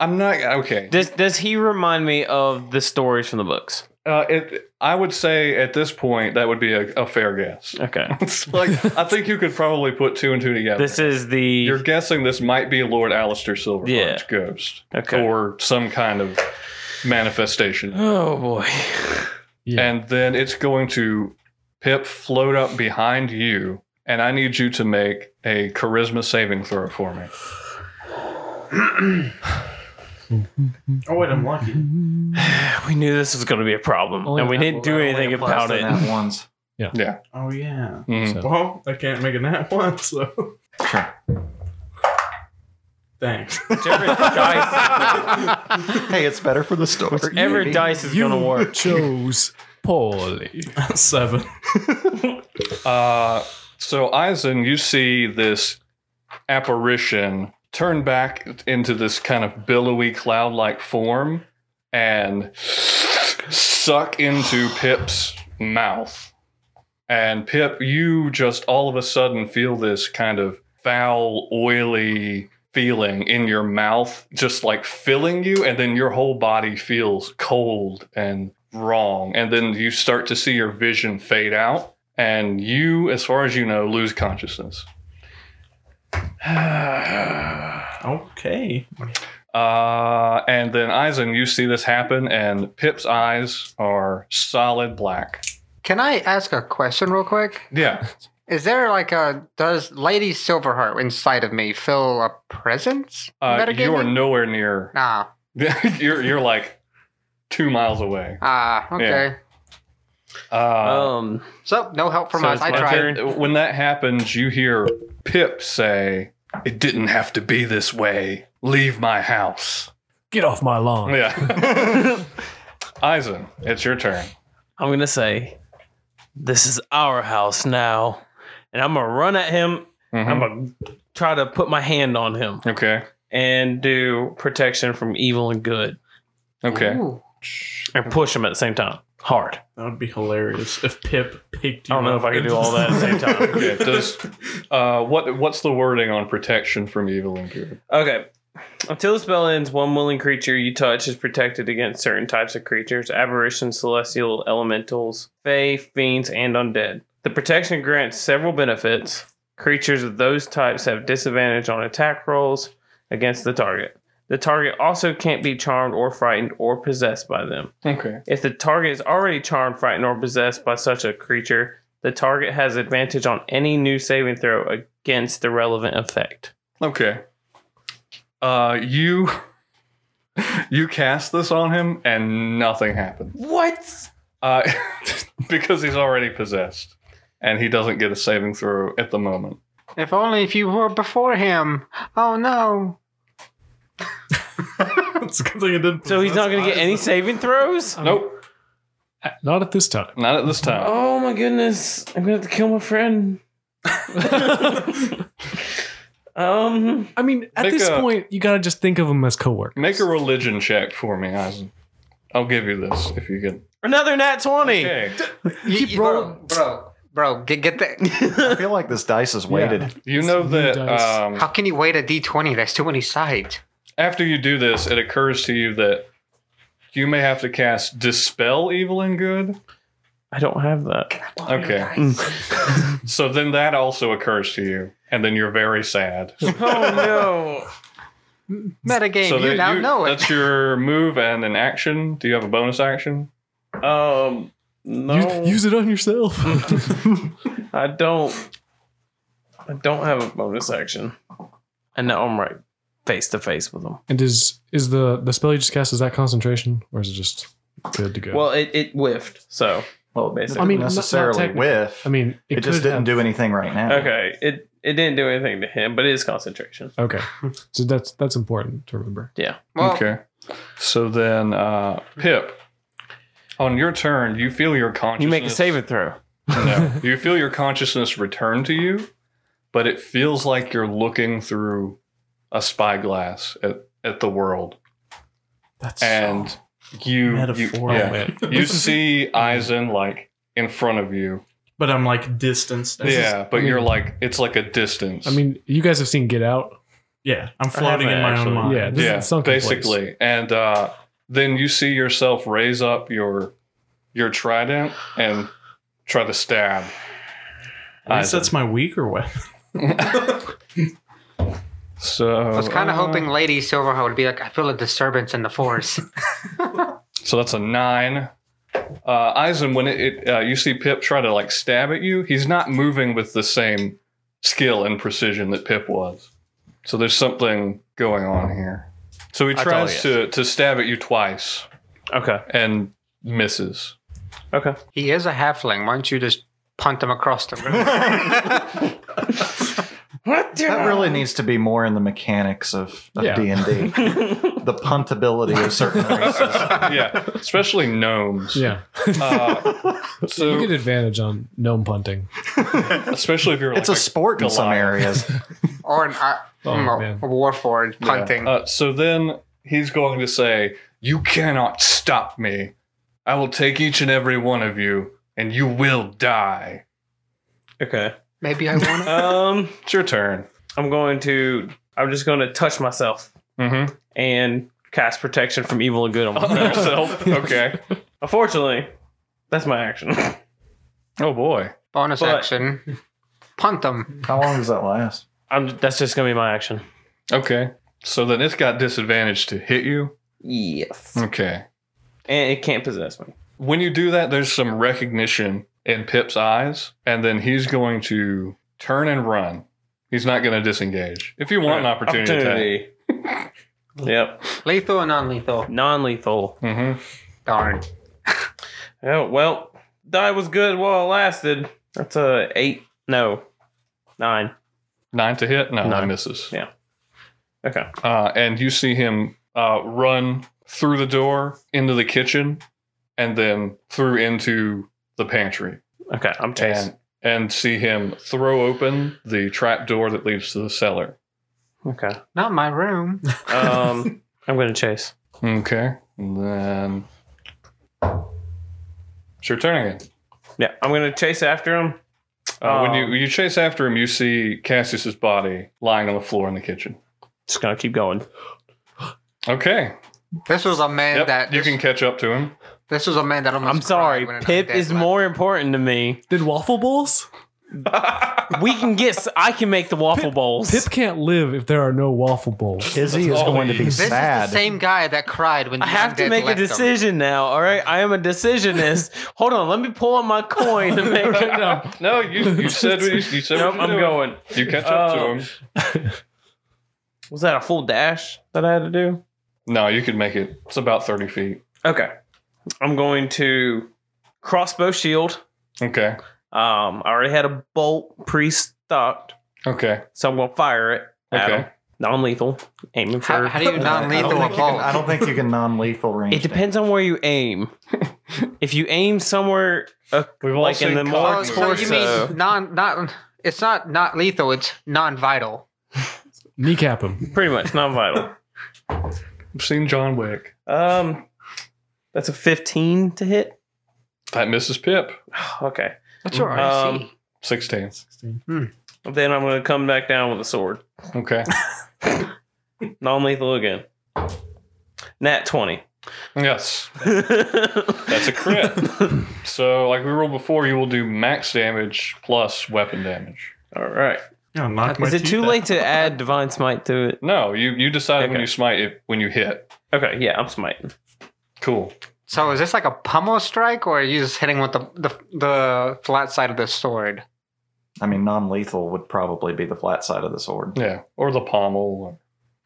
[SPEAKER 1] I'm not okay.
[SPEAKER 3] does does he remind me of the stories from the books?
[SPEAKER 1] Uh, it, I would say at this point that would be a, a fair guess.
[SPEAKER 3] Okay.
[SPEAKER 1] It's like I think you could probably put two and two together.
[SPEAKER 3] This is the
[SPEAKER 1] You're guessing this might be Lord Alistair Silverclotch
[SPEAKER 3] Yeah.
[SPEAKER 1] ghost
[SPEAKER 3] Okay.
[SPEAKER 1] or some kind of manifestation,
[SPEAKER 3] Oh boy.
[SPEAKER 6] Yeah.
[SPEAKER 1] and then it's going to Pip float up behind you, and I need you to make a charisma saving throw for me.
[SPEAKER 5] oh wait, I'm lucky.
[SPEAKER 3] Hmm. we knew this was going to be a problem,
[SPEAKER 6] Only
[SPEAKER 3] and we
[SPEAKER 6] that
[SPEAKER 3] didn't do anything about it.
[SPEAKER 4] That one's
[SPEAKER 5] Oh yeah.
[SPEAKER 1] Mhm.
[SPEAKER 6] So-
[SPEAKER 5] Well, I can't make it that one, so.
[SPEAKER 4] Sure.
[SPEAKER 5] Thanks.
[SPEAKER 3] Every dice,
[SPEAKER 4] Hey, it's better for the story.
[SPEAKER 3] every dice is gonna work.
[SPEAKER 6] chose poorly.
[SPEAKER 5] Seven.
[SPEAKER 1] Uh, so, Eisen, you see this apparition turn back into this kind of billowy cloud like form and suck into Pip's mouth. And Pip, you just all of a sudden feel this kind of foul, oily feeling in your mouth, just like filling you. And then your whole body feels cold and wrong. And then you start to see your vision fade out and you, as far as you know, lose consciousness.
[SPEAKER 5] Okay.
[SPEAKER 1] Uh, and then Eisen, you see this happen, and Pip's eyes are solid black.
[SPEAKER 2] Can I ask a question real quick?
[SPEAKER 1] Yeah.
[SPEAKER 2] Is there like a does Lady Silverheart inside of me feel a presence? Ah,
[SPEAKER 1] Uh,
[SPEAKER 2] metagaming?
[SPEAKER 1] you are nowhere near.
[SPEAKER 2] Nah.
[SPEAKER 1] you're you're like two miles away.
[SPEAKER 2] Ah, okay.
[SPEAKER 1] Uh,
[SPEAKER 3] Um,
[SPEAKER 2] So no help from
[SPEAKER 3] So
[SPEAKER 2] us.
[SPEAKER 3] it's
[SPEAKER 2] Oh, I
[SPEAKER 3] my
[SPEAKER 1] but
[SPEAKER 2] tried.
[SPEAKER 1] then- when that happens, you hear Pip say, "It didn't have to be this way. Leave my house."
[SPEAKER 6] Get off my lawn.
[SPEAKER 1] Yeah. Eisen, it's your turn.
[SPEAKER 3] I'm gonna say, this is our house now, and I'm gonna run at him. I'm
[SPEAKER 1] Mhm.
[SPEAKER 3] gonna try to put my hand on him
[SPEAKER 1] Okay.
[SPEAKER 3] and do protection from evil and good,
[SPEAKER 1] Okay.
[SPEAKER 2] Ooh.
[SPEAKER 3] and push him at the same time, hard.
[SPEAKER 5] That would be hilarious if Pip picked you
[SPEAKER 3] I don't know
[SPEAKER 5] up
[SPEAKER 3] if I could
[SPEAKER 5] and
[SPEAKER 3] do all that at the same time.
[SPEAKER 1] Okay, does- Uh, what what's the wording on protection from evil and good?
[SPEAKER 3] Okay. Until the spell ends, one willing creature you touch is protected against certain types of creatures, aberrations, celestial, elementals, fey, fiends, and undead. The protection grants several benefits. Creatures of those types have disadvantage on attack rolls against the target. The target also can't be charmed or frightened or possessed by them.
[SPEAKER 1] Okay.
[SPEAKER 3] If the target is already charmed, frightened, or possessed by such a creature, the target has advantage on any new saving throw against the relevant effect.
[SPEAKER 1] Okay. Uh, you you cast this on him and nothing happened.
[SPEAKER 3] What?
[SPEAKER 1] Uh, because he's already possessed and he doesn't get a saving throw at the moment.
[SPEAKER 2] If only if you were before him. Oh no.
[SPEAKER 5] It's a good thing it didn't.
[SPEAKER 3] So he's not going to
[SPEAKER 5] possess
[SPEAKER 3] get any
[SPEAKER 5] Isaac.
[SPEAKER 3] saving throws?
[SPEAKER 1] Nope,
[SPEAKER 6] Not at this time.
[SPEAKER 1] not at this time.
[SPEAKER 3] Oh my goodness. I'm going to have to kill my friend. um,
[SPEAKER 6] I mean, at
[SPEAKER 1] Make
[SPEAKER 6] this
[SPEAKER 1] a-
[SPEAKER 6] point, you gotta just think of them as coworkers.
[SPEAKER 1] Make a religion check for me, Eisen. I'll give you this if you get.
[SPEAKER 3] another nat 20.
[SPEAKER 1] Okay.
[SPEAKER 2] You,
[SPEAKER 6] Keep
[SPEAKER 2] bro,
[SPEAKER 6] rolling.
[SPEAKER 2] bro, bro, get get that.
[SPEAKER 4] I feel like this dice is weighted.
[SPEAKER 1] You know
[SPEAKER 6] New
[SPEAKER 1] that
[SPEAKER 6] dice.
[SPEAKER 1] um,
[SPEAKER 2] How can you wait a D twenty? There's too many sides.
[SPEAKER 1] after you do this, it occurs to you that you may have to cast dispel evil and good.
[SPEAKER 3] I don't have that.
[SPEAKER 1] Okay.
[SPEAKER 2] Mm.
[SPEAKER 1] So then that also occurs to you, and then you're very sad.
[SPEAKER 3] Oh no.
[SPEAKER 2] Metagame,
[SPEAKER 1] so
[SPEAKER 2] you
[SPEAKER 1] that
[SPEAKER 2] now know it.
[SPEAKER 1] That's your move and an action. Do you have a bonus action?
[SPEAKER 3] Um, no.
[SPEAKER 6] Use, use it on yourself.
[SPEAKER 3] I don't. I don't have a bonus action. And now I'm right face to face with him.
[SPEAKER 6] and is is the the spell you just cast is that concentration or is it just good to go?
[SPEAKER 3] Well, it, it whiffed, so.
[SPEAKER 4] Well,
[SPEAKER 3] Basically.
[SPEAKER 4] basically,
[SPEAKER 6] I mean, not- not
[SPEAKER 4] necessarily
[SPEAKER 6] technically.
[SPEAKER 4] with.
[SPEAKER 6] I mean,
[SPEAKER 4] it,
[SPEAKER 6] it,
[SPEAKER 4] just
[SPEAKER 6] could
[SPEAKER 4] didn't
[SPEAKER 6] have-
[SPEAKER 4] do anything right now.
[SPEAKER 3] Okay, it, it didn't do anything to him, but it is concentration.
[SPEAKER 6] Okay, so that's that's important to remember.
[SPEAKER 2] Well,
[SPEAKER 1] okay. So then, uh, Pip, on your turn, you feel your consciousness.
[SPEAKER 3] You make a saving throw.
[SPEAKER 1] no, you feel your consciousness return to you, but it feels like you're looking through a spyglass at, at the world,
[SPEAKER 5] That's
[SPEAKER 1] and you
[SPEAKER 5] metaphorical.
[SPEAKER 6] Oh,
[SPEAKER 1] You, yeah. you see Eisen like in front of you.
[SPEAKER 5] But I'm like distanced. This is-
[SPEAKER 1] yeah, but
[SPEAKER 6] I mean-
[SPEAKER 1] you're like it's like a distance.
[SPEAKER 6] I mean, you guys have seen Get Out.
[SPEAKER 5] yeah. I'm floating in my
[SPEAKER 3] actually.
[SPEAKER 5] own mind.
[SPEAKER 6] Yeah, this
[SPEAKER 1] yeah,
[SPEAKER 6] is a sunken place.
[SPEAKER 1] basically. And uh, then you see yourself raise up your your trident and try to stab.
[SPEAKER 5] At least
[SPEAKER 1] Isaac.
[SPEAKER 5] that's my weaker weapon.
[SPEAKER 1] So uh,
[SPEAKER 2] I was kind of hoping Lady Silverheart would be like, I feel a disturbance in the force.
[SPEAKER 1] So that's a nine. Uh, Eisen, when it, it uh, you see Pip try to like stab at you, he's not moving with the same skill and precision that Pip was. So there's something going on here. So he
[SPEAKER 3] That's all
[SPEAKER 1] tries
[SPEAKER 3] he is.
[SPEAKER 1] to to stab at you twice
[SPEAKER 3] Okay,
[SPEAKER 1] and misses.
[SPEAKER 3] okay.
[SPEAKER 2] he is a halfling. Why don't you just punt him across the room?
[SPEAKER 3] What the
[SPEAKER 4] That really needs to be more in the mechanics of
[SPEAKER 6] Yeah.
[SPEAKER 4] D and D. The puntability of certain races.
[SPEAKER 1] yeah, especially gnomes.
[SPEAKER 6] Yeah.
[SPEAKER 1] Uh,
[SPEAKER 6] You
[SPEAKER 1] so
[SPEAKER 6] get advantage on gnome punting.
[SPEAKER 1] especially if you're like
[SPEAKER 4] It's a sport in some
[SPEAKER 1] Goliath.
[SPEAKER 4] areas.
[SPEAKER 2] Or an, uh,
[SPEAKER 6] Oh,
[SPEAKER 2] mm,
[SPEAKER 6] man.
[SPEAKER 2] a warforged hunting.
[SPEAKER 1] Uh, so then he's going to say, "You cannot stop me. I will take each and every one of you, and you will die."
[SPEAKER 3] Okay.
[SPEAKER 2] Maybe I want to.
[SPEAKER 3] Um,
[SPEAKER 1] It's your turn.
[SPEAKER 3] I'm going to. I'm just going to touch myself
[SPEAKER 1] Mm-hmm.
[SPEAKER 3] and cast protection from evil and good on
[SPEAKER 1] On
[SPEAKER 3] myself.
[SPEAKER 1] yourself. Okay.
[SPEAKER 3] Unfortunately, that's my action.
[SPEAKER 1] Oh boy.
[SPEAKER 2] Bonus
[SPEAKER 3] but-
[SPEAKER 2] action. Punt them.
[SPEAKER 4] How long does that last?
[SPEAKER 3] I'm. That's just gonna be my action.
[SPEAKER 1] Okay. So then it's got disadvantage to hit you.
[SPEAKER 3] Yes.
[SPEAKER 1] Okay.
[SPEAKER 3] And it can't possess me.
[SPEAKER 1] When you do that, there's some recognition in Pip's eyes, and then he's going to turn and run. He's not going to disengage. If you want an opportunity,
[SPEAKER 3] Opportunity. yep.
[SPEAKER 2] Lethal and non lethal.
[SPEAKER 3] Non-lethal.
[SPEAKER 1] attack. Mm-hmm.
[SPEAKER 2] Darn.
[SPEAKER 3] Oh well, die was good while it lasted. That's a eight. No, nine.
[SPEAKER 1] Nine to hit? No, that
[SPEAKER 3] Nine.
[SPEAKER 1] misses.
[SPEAKER 3] Yeah. Okay.
[SPEAKER 1] Uh, and you see him uh, run through the door into the kitchen and then through into the pantry
[SPEAKER 3] Okay, I'm chasing.
[SPEAKER 1] and, and see him throw open the trap door that leads to the cellar.
[SPEAKER 3] Okay.
[SPEAKER 2] Not my room.
[SPEAKER 3] Um, I'm gonna chase.
[SPEAKER 1] Okay. And then it's your turn again.
[SPEAKER 3] Yeah, I'm gonna chase after him.
[SPEAKER 1] Uh, when, you,
[SPEAKER 3] Um,
[SPEAKER 1] when you chase after him, you see Cassius's body lying on the floor in the kitchen.
[SPEAKER 3] Just gonna keep going.
[SPEAKER 1] Okay.
[SPEAKER 2] This was a man
[SPEAKER 1] Yep,
[SPEAKER 2] that
[SPEAKER 1] you
[SPEAKER 2] this,
[SPEAKER 1] can catch up to him.
[SPEAKER 2] this was a man that almost
[SPEAKER 3] I'm sorry.
[SPEAKER 2] cried when an
[SPEAKER 3] Pip
[SPEAKER 2] undead
[SPEAKER 3] is
[SPEAKER 2] left.
[SPEAKER 3] more important to me.
[SPEAKER 6] Did waffle bowls?
[SPEAKER 3] We can get. s- I can make the waffle bowls.
[SPEAKER 6] Pip can't live if there are no waffle bowls.
[SPEAKER 4] Izzy is
[SPEAKER 1] all
[SPEAKER 4] going to
[SPEAKER 1] he
[SPEAKER 4] be
[SPEAKER 1] is.
[SPEAKER 2] This
[SPEAKER 4] sad.
[SPEAKER 2] is the same guy that cried when
[SPEAKER 3] I
[SPEAKER 2] the
[SPEAKER 3] have to
[SPEAKER 2] undead
[SPEAKER 3] make a
[SPEAKER 2] left him.
[SPEAKER 3] decision now. All right, I am a decisionist. Hold on, let me pull out my coin to make.
[SPEAKER 6] no.
[SPEAKER 1] No, you, you said what you, you said.
[SPEAKER 3] Nope,
[SPEAKER 1] what you doing.
[SPEAKER 3] I'm going.
[SPEAKER 1] You catch up to
[SPEAKER 3] Oh.
[SPEAKER 1] him.
[SPEAKER 3] Was that a full dash that I had to do?
[SPEAKER 1] No, you could make it. It's about 30 feet.
[SPEAKER 3] Okay. I'm going to crossbow shield.
[SPEAKER 1] Okay.
[SPEAKER 3] Um, I already had a bolt pre stocked,
[SPEAKER 1] Okay.
[SPEAKER 3] so I'm going to fire it. at
[SPEAKER 1] Okay.
[SPEAKER 3] him. Non lethal. Aiming for.
[SPEAKER 2] How, how do you non
[SPEAKER 4] I
[SPEAKER 2] lethal
[SPEAKER 4] don't think you can-
[SPEAKER 2] evolve?
[SPEAKER 4] I don't think you can non-lethal range.
[SPEAKER 3] it depends on where you aim. if you aim somewhere, uh,
[SPEAKER 1] We've all
[SPEAKER 3] like in
[SPEAKER 1] seen
[SPEAKER 3] the
[SPEAKER 2] Oh,
[SPEAKER 3] more
[SPEAKER 1] cock
[SPEAKER 2] so
[SPEAKER 1] moves.
[SPEAKER 2] you
[SPEAKER 3] torso.
[SPEAKER 2] mean non not? It's not not lethal. It's non vital.
[SPEAKER 6] Kneecap him.
[SPEAKER 3] pretty much non vital.
[SPEAKER 1] I've seen John Wick.
[SPEAKER 3] um, that's a 15 to hit.
[SPEAKER 1] That misses Pip.
[SPEAKER 3] Okay.
[SPEAKER 2] That's your
[SPEAKER 3] Um,
[SPEAKER 2] RC.
[SPEAKER 1] 16.
[SPEAKER 3] Then I'm going to come back down with a sword.
[SPEAKER 1] Okay.
[SPEAKER 3] Non lethal again. Nat 20.
[SPEAKER 1] Yes.
[SPEAKER 3] That's
[SPEAKER 1] a crit. So, like we rolled before, you will do max damage plus weapon damage.
[SPEAKER 3] All right.
[SPEAKER 5] Yeah, knock my
[SPEAKER 3] Is it
[SPEAKER 5] teeth
[SPEAKER 3] too
[SPEAKER 5] out.
[SPEAKER 3] late to add divine smite to it?
[SPEAKER 1] No, you, you decided when
[SPEAKER 3] Okay.
[SPEAKER 1] you smite it when you hit.
[SPEAKER 3] Okay, yeah, I'm smiting.
[SPEAKER 1] Cool.
[SPEAKER 2] So is this like a pummel strike, or are you just hitting with the the, the flat side of the sword?
[SPEAKER 4] I mean, non-lethal would probably be the flat side of the sword.
[SPEAKER 1] Yeah. Or the pommel.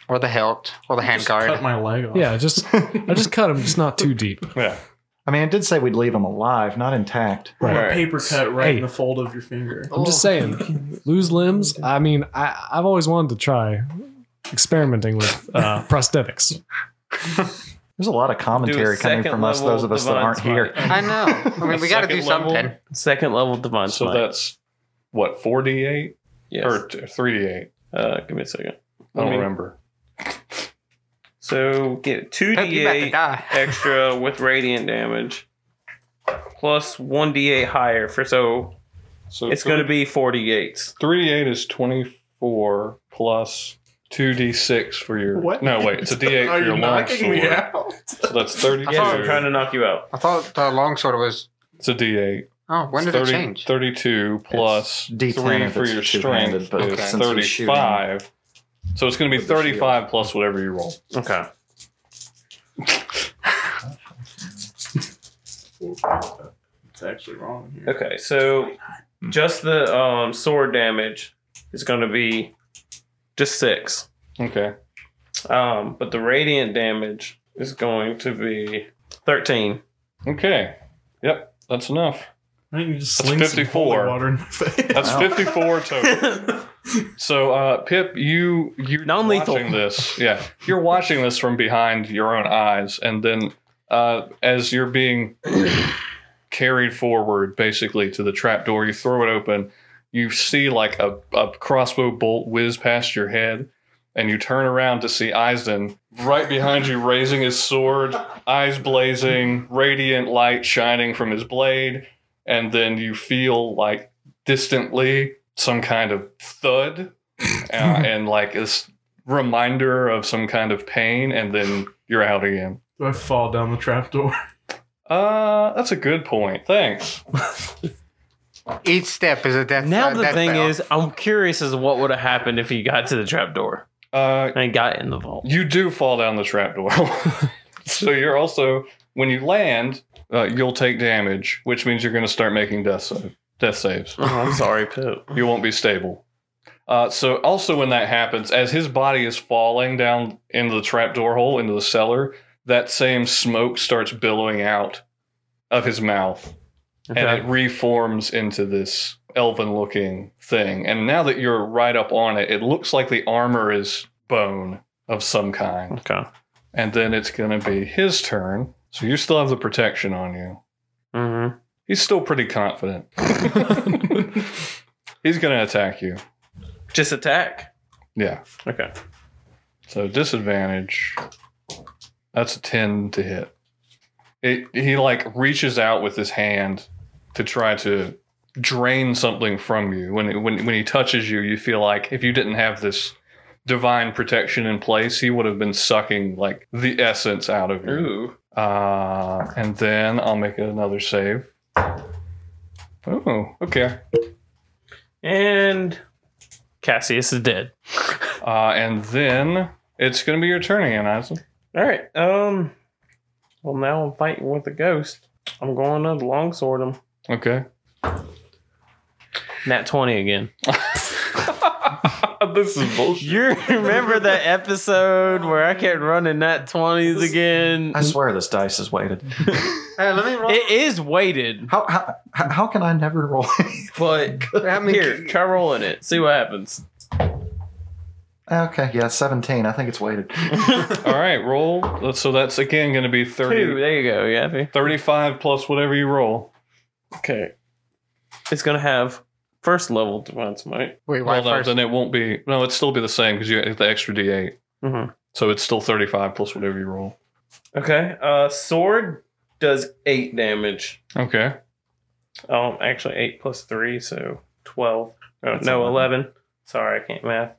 [SPEAKER 2] Or the hilt, or the hand
[SPEAKER 5] Just Cut
[SPEAKER 2] guard.
[SPEAKER 5] my leg off.
[SPEAKER 6] Yeah, just I just cut him, just not too deep.
[SPEAKER 1] Yeah.
[SPEAKER 4] I mean, it did say we'd leave him alive, not intact.
[SPEAKER 5] Or
[SPEAKER 3] Right.
[SPEAKER 5] a paper cut right
[SPEAKER 6] Hey.
[SPEAKER 5] in the fold of your finger.
[SPEAKER 6] I'm just saying, lose limbs. I mean, I, I've always wanted to try experimenting with uh, prosthetics.
[SPEAKER 4] There's a lot of
[SPEAKER 3] Do a
[SPEAKER 4] commentary coming
[SPEAKER 3] second
[SPEAKER 4] from us,
[SPEAKER 3] level
[SPEAKER 4] those of us that
[SPEAKER 3] divine
[SPEAKER 4] aren't here.
[SPEAKER 3] smite.
[SPEAKER 2] I know. I mean, we got to do
[SPEAKER 1] Second level?
[SPEAKER 2] something.
[SPEAKER 3] Second level divine
[SPEAKER 1] So
[SPEAKER 3] smite.
[SPEAKER 1] that's what, 4d8?
[SPEAKER 3] yes.
[SPEAKER 1] Or t- 3d8?
[SPEAKER 3] uh, give me a second.
[SPEAKER 1] I don't
[SPEAKER 3] Let me-
[SPEAKER 1] remember.
[SPEAKER 3] So get two
[SPEAKER 2] Pip, you
[SPEAKER 3] d
[SPEAKER 2] about to
[SPEAKER 3] eight
[SPEAKER 2] die.
[SPEAKER 3] extra with radiant damage, plus one d eight higher for so
[SPEAKER 1] So
[SPEAKER 3] it's going to be forty eight.
[SPEAKER 1] 3d8 is 24 plus 2d6 for your.
[SPEAKER 5] What?
[SPEAKER 1] No, wait, it's a d8 for
[SPEAKER 5] Are you
[SPEAKER 1] your long
[SPEAKER 5] knocking me
[SPEAKER 1] sword.
[SPEAKER 5] out?
[SPEAKER 1] So that's 32.
[SPEAKER 2] I thought
[SPEAKER 3] I'm trying to knock you out.
[SPEAKER 2] I thought the longsword was.
[SPEAKER 1] It's a d8.
[SPEAKER 2] Oh, when did
[SPEAKER 1] It's 30
[SPEAKER 2] it change?
[SPEAKER 1] 32 plus
[SPEAKER 4] It's D10
[SPEAKER 1] 3
[SPEAKER 4] if
[SPEAKER 1] for
[SPEAKER 4] it's
[SPEAKER 1] your
[SPEAKER 4] two-handed,
[SPEAKER 1] strength
[SPEAKER 4] but
[SPEAKER 1] is
[SPEAKER 4] since we're shooting-
[SPEAKER 1] 35. So it's going to be
[SPEAKER 4] With the shield.
[SPEAKER 1] 35 plus whatever you roll.
[SPEAKER 3] Okay.
[SPEAKER 5] It's actually wrong here.
[SPEAKER 3] Okay. So just the um, sword damage is going to be just six.
[SPEAKER 1] Okay.
[SPEAKER 3] Um, but the radiant damage is going to be 13.
[SPEAKER 1] Okay. Yep, that's enough.
[SPEAKER 5] Why don't you just
[SPEAKER 1] That's
[SPEAKER 5] sling some holy
[SPEAKER 1] 54.
[SPEAKER 5] water in my face?
[SPEAKER 1] That's
[SPEAKER 4] Wow.
[SPEAKER 1] 54 total. So, uh, Pip, you you're
[SPEAKER 3] Non-lethal.
[SPEAKER 1] watching this. Yeah, you're watching this from behind your own eyes, and then uh, as you're being carried forward, basically to the trap door, you throw it open. You see like a, a crossbow bolt whiz past your head, and you turn around to see Eisden right behind you, raising his sword, eyes blazing, radiant light shining from his blade, and then you feel like distantly some kind of thud uh, and like this reminder of some kind of pain, and then you're out again.
[SPEAKER 5] Do I fall down the trapdoor?
[SPEAKER 1] Uh, that's a good point. Thanks.
[SPEAKER 2] Each step is a death.
[SPEAKER 3] now
[SPEAKER 2] uh,
[SPEAKER 3] the
[SPEAKER 2] death
[SPEAKER 3] thing
[SPEAKER 2] battle.
[SPEAKER 3] is, I'm curious as to what would have happened if he got to the trapdoor
[SPEAKER 1] Uh,
[SPEAKER 3] and got in the vault.
[SPEAKER 1] you do fall down the trapdoor, so you're also when you land, uh, you'll take damage, which means you're going to start making death sa- death saves.
[SPEAKER 3] Oh, I'm sorry, Pip.
[SPEAKER 1] You won't be stable. Uh, so also when that happens, as his body is falling down into the trapdoor hole into the cellar, that same smoke starts billowing out of his mouth. and it reforms into this elven looking thing. And now that you're right up on it, it looks like the armor is bone of some kind.
[SPEAKER 3] Okay.
[SPEAKER 1] And then it's going to be his turn. So you still have the protection on you.
[SPEAKER 3] Mm-hmm.
[SPEAKER 1] He's still pretty confident. He's going to attack you.
[SPEAKER 3] Just attack.
[SPEAKER 1] Yeah.
[SPEAKER 3] Okay.
[SPEAKER 1] So disadvantage. That's a 10 to hit. It, he like reaches out with his hand to try to drain something from you. When, it, when when he touches you, you feel like if you didn't have this divine protection in place, he would have been sucking like the essence out of you.
[SPEAKER 3] Ooh.
[SPEAKER 1] Uh, and then I'll make another save. Oh, okay.
[SPEAKER 3] And Cassius is dead.
[SPEAKER 1] Uh, and then it's gonna be your turn again, Isaac.
[SPEAKER 3] All right. Um. Well, now I'm fighting with a ghost. I'm going to longsword him.
[SPEAKER 1] Okay.
[SPEAKER 3] Nat twenty again.
[SPEAKER 1] this is bullshit.
[SPEAKER 3] You remember that episode where I kept running nat twenties again?
[SPEAKER 4] I swear this dice is weighted.
[SPEAKER 2] Hey, let me roll.
[SPEAKER 3] It is weighted,
[SPEAKER 4] How how, how how can I never roll?
[SPEAKER 3] but
[SPEAKER 2] How many-
[SPEAKER 3] here, try rolling it. See what happens.
[SPEAKER 4] okay, yeah, it's seventeen. I think it's weighted.
[SPEAKER 1] All right, roll. So that's again going to be
[SPEAKER 3] Two.
[SPEAKER 1] 30,
[SPEAKER 3] There you go. You happy?
[SPEAKER 1] 35 plus whatever you roll.
[SPEAKER 3] Okay. It's gonna have first level divine smite.
[SPEAKER 2] Wait, why
[SPEAKER 1] Well, no,
[SPEAKER 2] first?
[SPEAKER 1] then it won't be. No, it'd still be the same because you get the extra d8.
[SPEAKER 3] Mhm.
[SPEAKER 1] So it's still 35 plus whatever you roll.
[SPEAKER 3] Okay. Uh, sword does eight damage.
[SPEAKER 1] Okay.
[SPEAKER 3] Oh, actually eight plus three, so twelve. Oh,
[SPEAKER 4] That's
[SPEAKER 3] no,
[SPEAKER 4] 11.
[SPEAKER 3] eleven. Sorry, I can't math.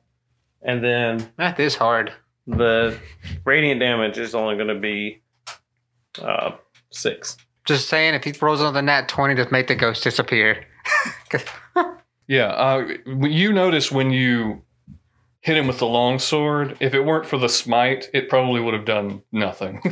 [SPEAKER 3] And then
[SPEAKER 2] Not this hard.
[SPEAKER 3] the radiant damage is only gonna be uh six.
[SPEAKER 2] Just saying, if he rolls on the nat 20, just make the ghost disappear.
[SPEAKER 1] Yeah. Uh, you notice when you hit him with the long sword, if it weren't for the smite, it probably would have done nothing.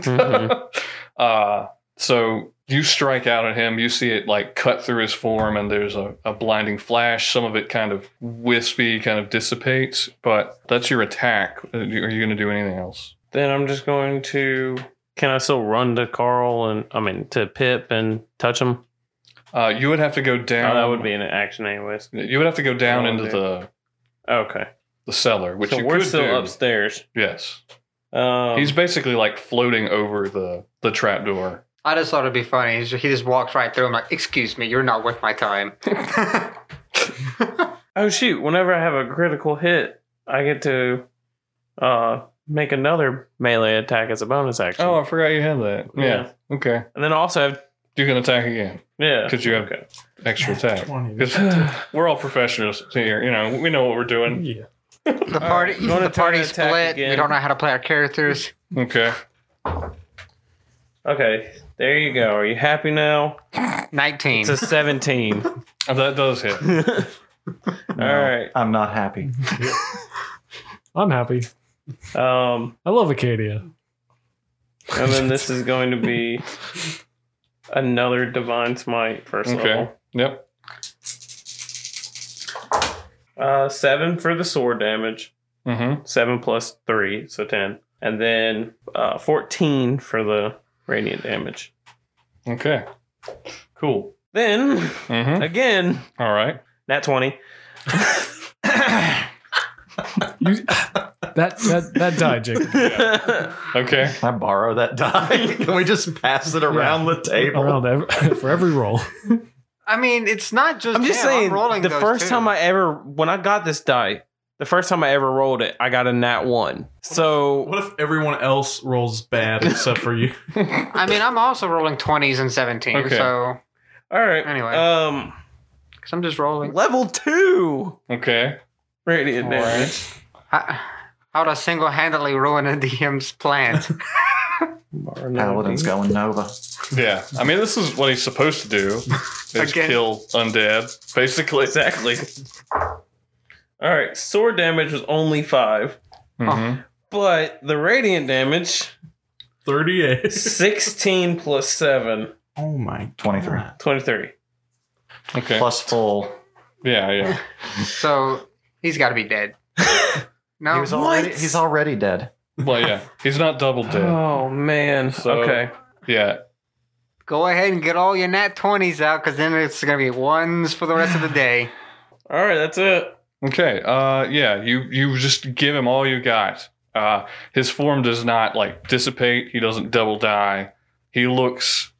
[SPEAKER 1] uh, so you strike out at him. You see it like cut through his form, and there's a, a blinding flash. Some of it kind of wispy, kind of dissipates, but that's your attack. Uh, Are you going to do anything else?
[SPEAKER 3] Then I'm just going to. Can I still run to Carl and I mean to Pip and touch him?
[SPEAKER 1] Uh, you would have to go down.
[SPEAKER 3] Oh, that would be an action, anyways.
[SPEAKER 1] You would have to go down
[SPEAKER 3] Oh,
[SPEAKER 1] into
[SPEAKER 3] okay.
[SPEAKER 1] the,
[SPEAKER 3] Okay,
[SPEAKER 1] the cellar, which
[SPEAKER 3] so
[SPEAKER 1] you
[SPEAKER 3] we're
[SPEAKER 1] could
[SPEAKER 3] still
[SPEAKER 1] do.
[SPEAKER 3] upstairs.
[SPEAKER 1] Yes,
[SPEAKER 3] Um,
[SPEAKER 1] he's basically like floating over the the trapdoor.
[SPEAKER 2] I just thought it'd be funny. He's- He just walks right through. I'm like, excuse me, you're not worth my time.
[SPEAKER 3] oh shoot! Whenever I have a critical hit, I get to uh, make another melee attack as a bonus action.
[SPEAKER 1] Oh, I forgot you had that. Yeah. Okay.
[SPEAKER 3] And then I also have
[SPEAKER 1] You can attack again.
[SPEAKER 3] yeah.
[SPEAKER 1] 'Cause you have-
[SPEAKER 3] okay.
[SPEAKER 1] Extra attack.
[SPEAKER 5] 20.
[SPEAKER 1] Because we're all professionals here. You know, we know what we're doing.
[SPEAKER 5] Yeah.
[SPEAKER 2] the party,
[SPEAKER 3] Gonna
[SPEAKER 2] the party
[SPEAKER 3] turn attack
[SPEAKER 2] split.
[SPEAKER 3] again.
[SPEAKER 2] We don't know how to play our characters.
[SPEAKER 1] Okay.
[SPEAKER 3] Okay, there you go. Are you happy now?
[SPEAKER 2] 19.
[SPEAKER 3] It's a seventeen. All
[SPEAKER 1] Oh, That does hit.
[SPEAKER 3] right.
[SPEAKER 4] I'm not happy.
[SPEAKER 6] I'm happy.
[SPEAKER 3] Um,
[SPEAKER 6] I love Acadia.
[SPEAKER 3] and then this is going to be another divine smite first
[SPEAKER 1] Okay.
[SPEAKER 3] level.
[SPEAKER 1] Yep.
[SPEAKER 3] Uh, seven for the sword damage.
[SPEAKER 1] Mm-hmm.
[SPEAKER 3] Seven plus three, so ten, and then uh, fourteen for the radiant damage.
[SPEAKER 1] Okay. Cool.
[SPEAKER 3] Then
[SPEAKER 1] Mm-hmm.
[SPEAKER 3] again,
[SPEAKER 1] All right.
[SPEAKER 3] nat twenty.
[SPEAKER 6] You, that that that died, Jacob.
[SPEAKER 1] Okay.
[SPEAKER 4] Can I borrow that die? Can we just pass it around the table?
[SPEAKER 6] Around ev- for every roll.
[SPEAKER 2] I mean, it's not just.
[SPEAKER 3] I'm just
[SPEAKER 2] him.
[SPEAKER 3] saying,
[SPEAKER 2] I'm rolling
[SPEAKER 3] the
[SPEAKER 2] those
[SPEAKER 3] first
[SPEAKER 2] too.
[SPEAKER 3] time I ever, when I got this die, the first time I ever rolled it, I got a nat one. So
[SPEAKER 5] What if everyone else rolls bad except for you?
[SPEAKER 2] I mean, I'm also rolling 20s and 17,
[SPEAKER 1] Okay.
[SPEAKER 2] so.
[SPEAKER 3] all right,
[SPEAKER 2] Anyway.
[SPEAKER 3] um,
[SPEAKER 2] Because I'm just rolling.
[SPEAKER 3] level two
[SPEAKER 1] Okay.
[SPEAKER 3] radiant
[SPEAKER 1] All
[SPEAKER 3] damage.
[SPEAKER 1] right.
[SPEAKER 2] How how to single handedly ruin a DM's plan.
[SPEAKER 3] Borrow another
[SPEAKER 4] Paladin's
[SPEAKER 3] D.
[SPEAKER 4] going Nova.
[SPEAKER 1] Yeah. I mean, this is what he's supposed to do: is
[SPEAKER 2] Again.
[SPEAKER 1] kill undead, basically.
[SPEAKER 3] exactly. All right, sword damage was only five,
[SPEAKER 1] Mhm.
[SPEAKER 3] but the radiant damage
[SPEAKER 5] 38.
[SPEAKER 3] sixteen plus seven.
[SPEAKER 5] Oh my
[SPEAKER 4] 23.
[SPEAKER 3] 23.
[SPEAKER 1] Okay.
[SPEAKER 4] Plus full.
[SPEAKER 1] Yeah. Yeah.
[SPEAKER 2] so he's got to be dead. No.
[SPEAKER 4] He was already,
[SPEAKER 3] What?
[SPEAKER 4] he's already dead.
[SPEAKER 1] Well, yeah. He's not double dead.
[SPEAKER 3] Oh man.
[SPEAKER 1] So-
[SPEAKER 3] okay.
[SPEAKER 1] Yeah.
[SPEAKER 2] Go ahead and get all your nat 20s out because then it's going to be ones for the rest of the day.
[SPEAKER 3] All right, that's it.
[SPEAKER 1] Okay. Uh. Yeah. You you just give him all you got. Uh. His form does not like dissipate. He doesn't double die. He looks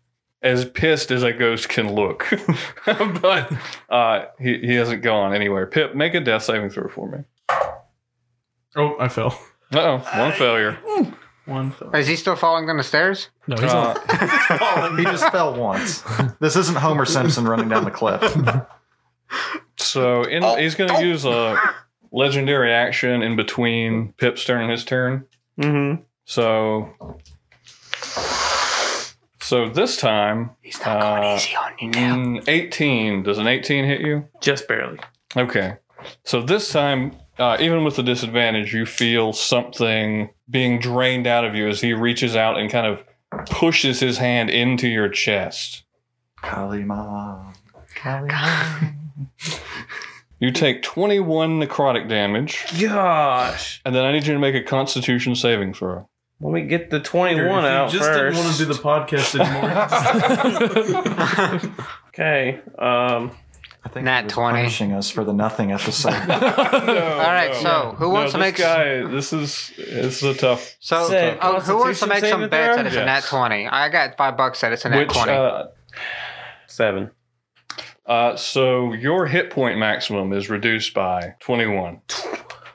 [SPEAKER 1] as pissed as a ghost can look, but uh, he he hasn't gone anywhere. Pip, make a death saving throw for me.
[SPEAKER 5] Oh, I fell.
[SPEAKER 1] Uh-oh, one failure.
[SPEAKER 5] One fell.
[SPEAKER 2] Is he still falling down the stairs?
[SPEAKER 6] No, he's not.
[SPEAKER 1] Uh,
[SPEAKER 4] he just fell once. This isn't Homer Simpson running down the cliff.
[SPEAKER 1] so in, he's going to use a legendary action in between Pip's turn and his turn.
[SPEAKER 3] Mm-hmm.
[SPEAKER 1] So, so this time,
[SPEAKER 2] He's
[SPEAKER 1] not going Uh,
[SPEAKER 2] easy on
[SPEAKER 1] mm, eighteen. Does an eighteen hit you?
[SPEAKER 3] Just barely.
[SPEAKER 1] Okay. So this time, uh, even with the disadvantage, you feel something being drained out of you as he reaches out and kind of pushes his hand into your chest.
[SPEAKER 4] Kalima.
[SPEAKER 1] You take 21 necrotic damage,
[SPEAKER 3] Gosh.
[SPEAKER 1] and then I need you to make a constitution saving throw.
[SPEAKER 3] Let me get the 21
[SPEAKER 5] If you
[SPEAKER 3] out
[SPEAKER 5] just
[SPEAKER 3] first.
[SPEAKER 5] didn't want to do the podcast anymore.
[SPEAKER 3] okay. Um,
[SPEAKER 4] I think
[SPEAKER 2] Nat
[SPEAKER 4] he was
[SPEAKER 2] 20.
[SPEAKER 4] punishing us for the nothing episode.
[SPEAKER 1] All
[SPEAKER 2] right, so who wants to
[SPEAKER 1] Oh, this
[SPEAKER 2] make s-
[SPEAKER 1] guy? This is this is a tough.
[SPEAKER 2] So,
[SPEAKER 3] Say,
[SPEAKER 2] oh, who wants to
[SPEAKER 3] Constitution
[SPEAKER 2] make some
[SPEAKER 3] saving
[SPEAKER 2] bets
[SPEAKER 3] throw?
[SPEAKER 2] that it's a nat
[SPEAKER 1] Yes.
[SPEAKER 2] 20? I got five bucks that it's a nat
[SPEAKER 1] Which
[SPEAKER 2] 20.
[SPEAKER 1] uh,
[SPEAKER 3] seven.
[SPEAKER 1] uh, so your hit point maximum is reduced by twenty one.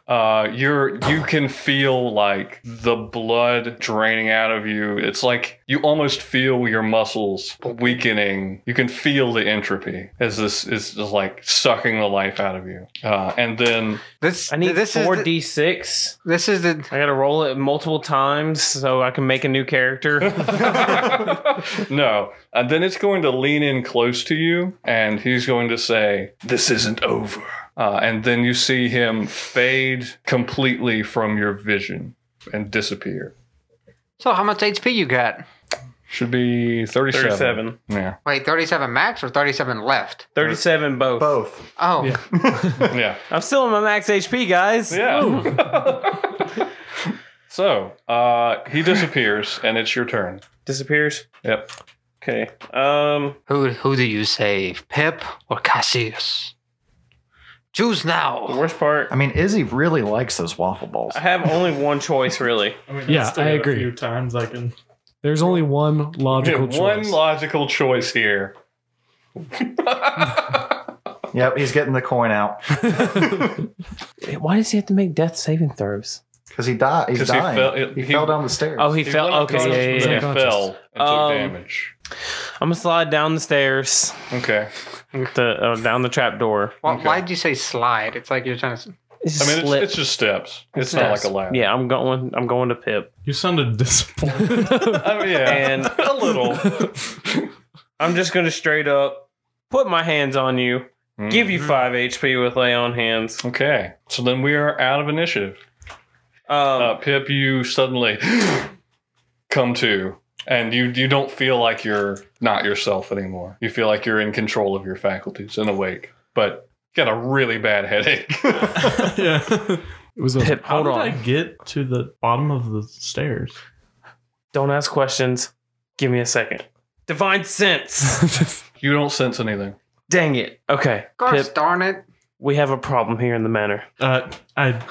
[SPEAKER 1] Uh, you're you can feel like the blood draining out of you. It's like you almost feel your muscles weakening. You can feel the entropy as this is just like sucking the life out of you. Uh, and then
[SPEAKER 2] this,
[SPEAKER 3] I need
[SPEAKER 2] this, is the,
[SPEAKER 3] 4d6.
[SPEAKER 2] this is the.
[SPEAKER 3] I got to roll it multiple times so I can make a new character.
[SPEAKER 1] no. And then it's going to lean in close to you, and he's going to say, This isn't over. Uh, and then you see him fade completely from your vision and disappear.
[SPEAKER 2] So, how much HP you got?
[SPEAKER 1] Should be 37.
[SPEAKER 3] 37.
[SPEAKER 1] Yeah.
[SPEAKER 2] Wait, 37 max or 37 left?
[SPEAKER 3] 37 both.
[SPEAKER 4] Both.
[SPEAKER 2] Oh,
[SPEAKER 6] Yeah.
[SPEAKER 1] Yeah.
[SPEAKER 3] I'm still in my max HP, guys.
[SPEAKER 1] Yeah. so uh, he disappears, and it's your turn.
[SPEAKER 3] Disappears.
[SPEAKER 1] Yep.
[SPEAKER 3] Okay. Um,
[SPEAKER 2] who who do you save, Pip or Cassius? Choose
[SPEAKER 3] the
[SPEAKER 2] now.
[SPEAKER 3] worst part,
[SPEAKER 4] I mean, Izzy really likes those waffle balls.
[SPEAKER 3] I have only one choice, really.
[SPEAKER 5] I mean,
[SPEAKER 6] Yeah,
[SPEAKER 5] I've still
[SPEAKER 6] I
[SPEAKER 5] got
[SPEAKER 6] agree.
[SPEAKER 5] A few times I can.
[SPEAKER 6] There's only one
[SPEAKER 1] Yeah,
[SPEAKER 6] logical
[SPEAKER 1] one
[SPEAKER 6] choice.
[SPEAKER 1] logical choice here.
[SPEAKER 4] Yep, he's getting the coin out
[SPEAKER 3] Why does he have to make death saving throws?
[SPEAKER 4] because he died. He's
[SPEAKER 1] 'Cause he
[SPEAKER 4] dying. He
[SPEAKER 1] fell-
[SPEAKER 4] fell,
[SPEAKER 1] he-
[SPEAKER 4] down the stairs.
[SPEAKER 3] Oh, he, fell.
[SPEAKER 1] went up
[SPEAKER 3] Okay, yeah,
[SPEAKER 1] conscious,
[SPEAKER 3] yeah, yeah.
[SPEAKER 1] but he fell and
[SPEAKER 3] Um,
[SPEAKER 1] took damage.
[SPEAKER 3] I'm gonna slide down the stairs,
[SPEAKER 1] Okay.
[SPEAKER 3] the, uh, down the trap door.
[SPEAKER 2] Why,
[SPEAKER 1] Okay.
[SPEAKER 2] Why'd you say slide? It's like you're trying to.
[SPEAKER 1] I mean, it's, it's just steps. It's not like a ladder.
[SPEAKER 3] Yeah, I'm going. I'm going to Pip.
[SPEAKER 5] You sounded disappointed.
[SPEAKER 1] I mean, Oh, yeah.
[SPEAKER 3] And-
[SPEAKER 1] a little.
[SPEAKER 3] I'm just gonna straight up put my hands on you,
[SPEAKER 1] Hmm.
[SPEAKER 3] give you five HP with lay on hands.
[SPEAKER 1] Mm. Okay. So then we are out of initiative.
[SPEAKER 3] Um,
[SPEAKER 1] Uh, Pip, you suddenly come to, and you you don't feel like you're not yourself anymore. You feel like you're in control of your faculties and awake, but got a really bad headache.
[SPEAKER 5] yeah.
[SPEAKER 6] It was a,
[SPEAKER 3] Pip,
[SPEAKER 5] How
[SPEAKER 3] hold
[SPEAKER 5] did
[SPEAKER 3] on.
[SPEAKER 5] I get to the bottom of the stairs?
[SPEAKER 3] Don't ask questions. Give me a second. Divine sense.
[SPEAKER 1] You don't sense anything.
[SPEAKER 3] Dang it. Okay.
[SPEAKER 2] Gosh
[SPEAKER 3] Pip,
[SPEAKER 2] darn it.
[SPEAKER 3] we have a problem here in the manor.
[SPEAKER 5] Uh, I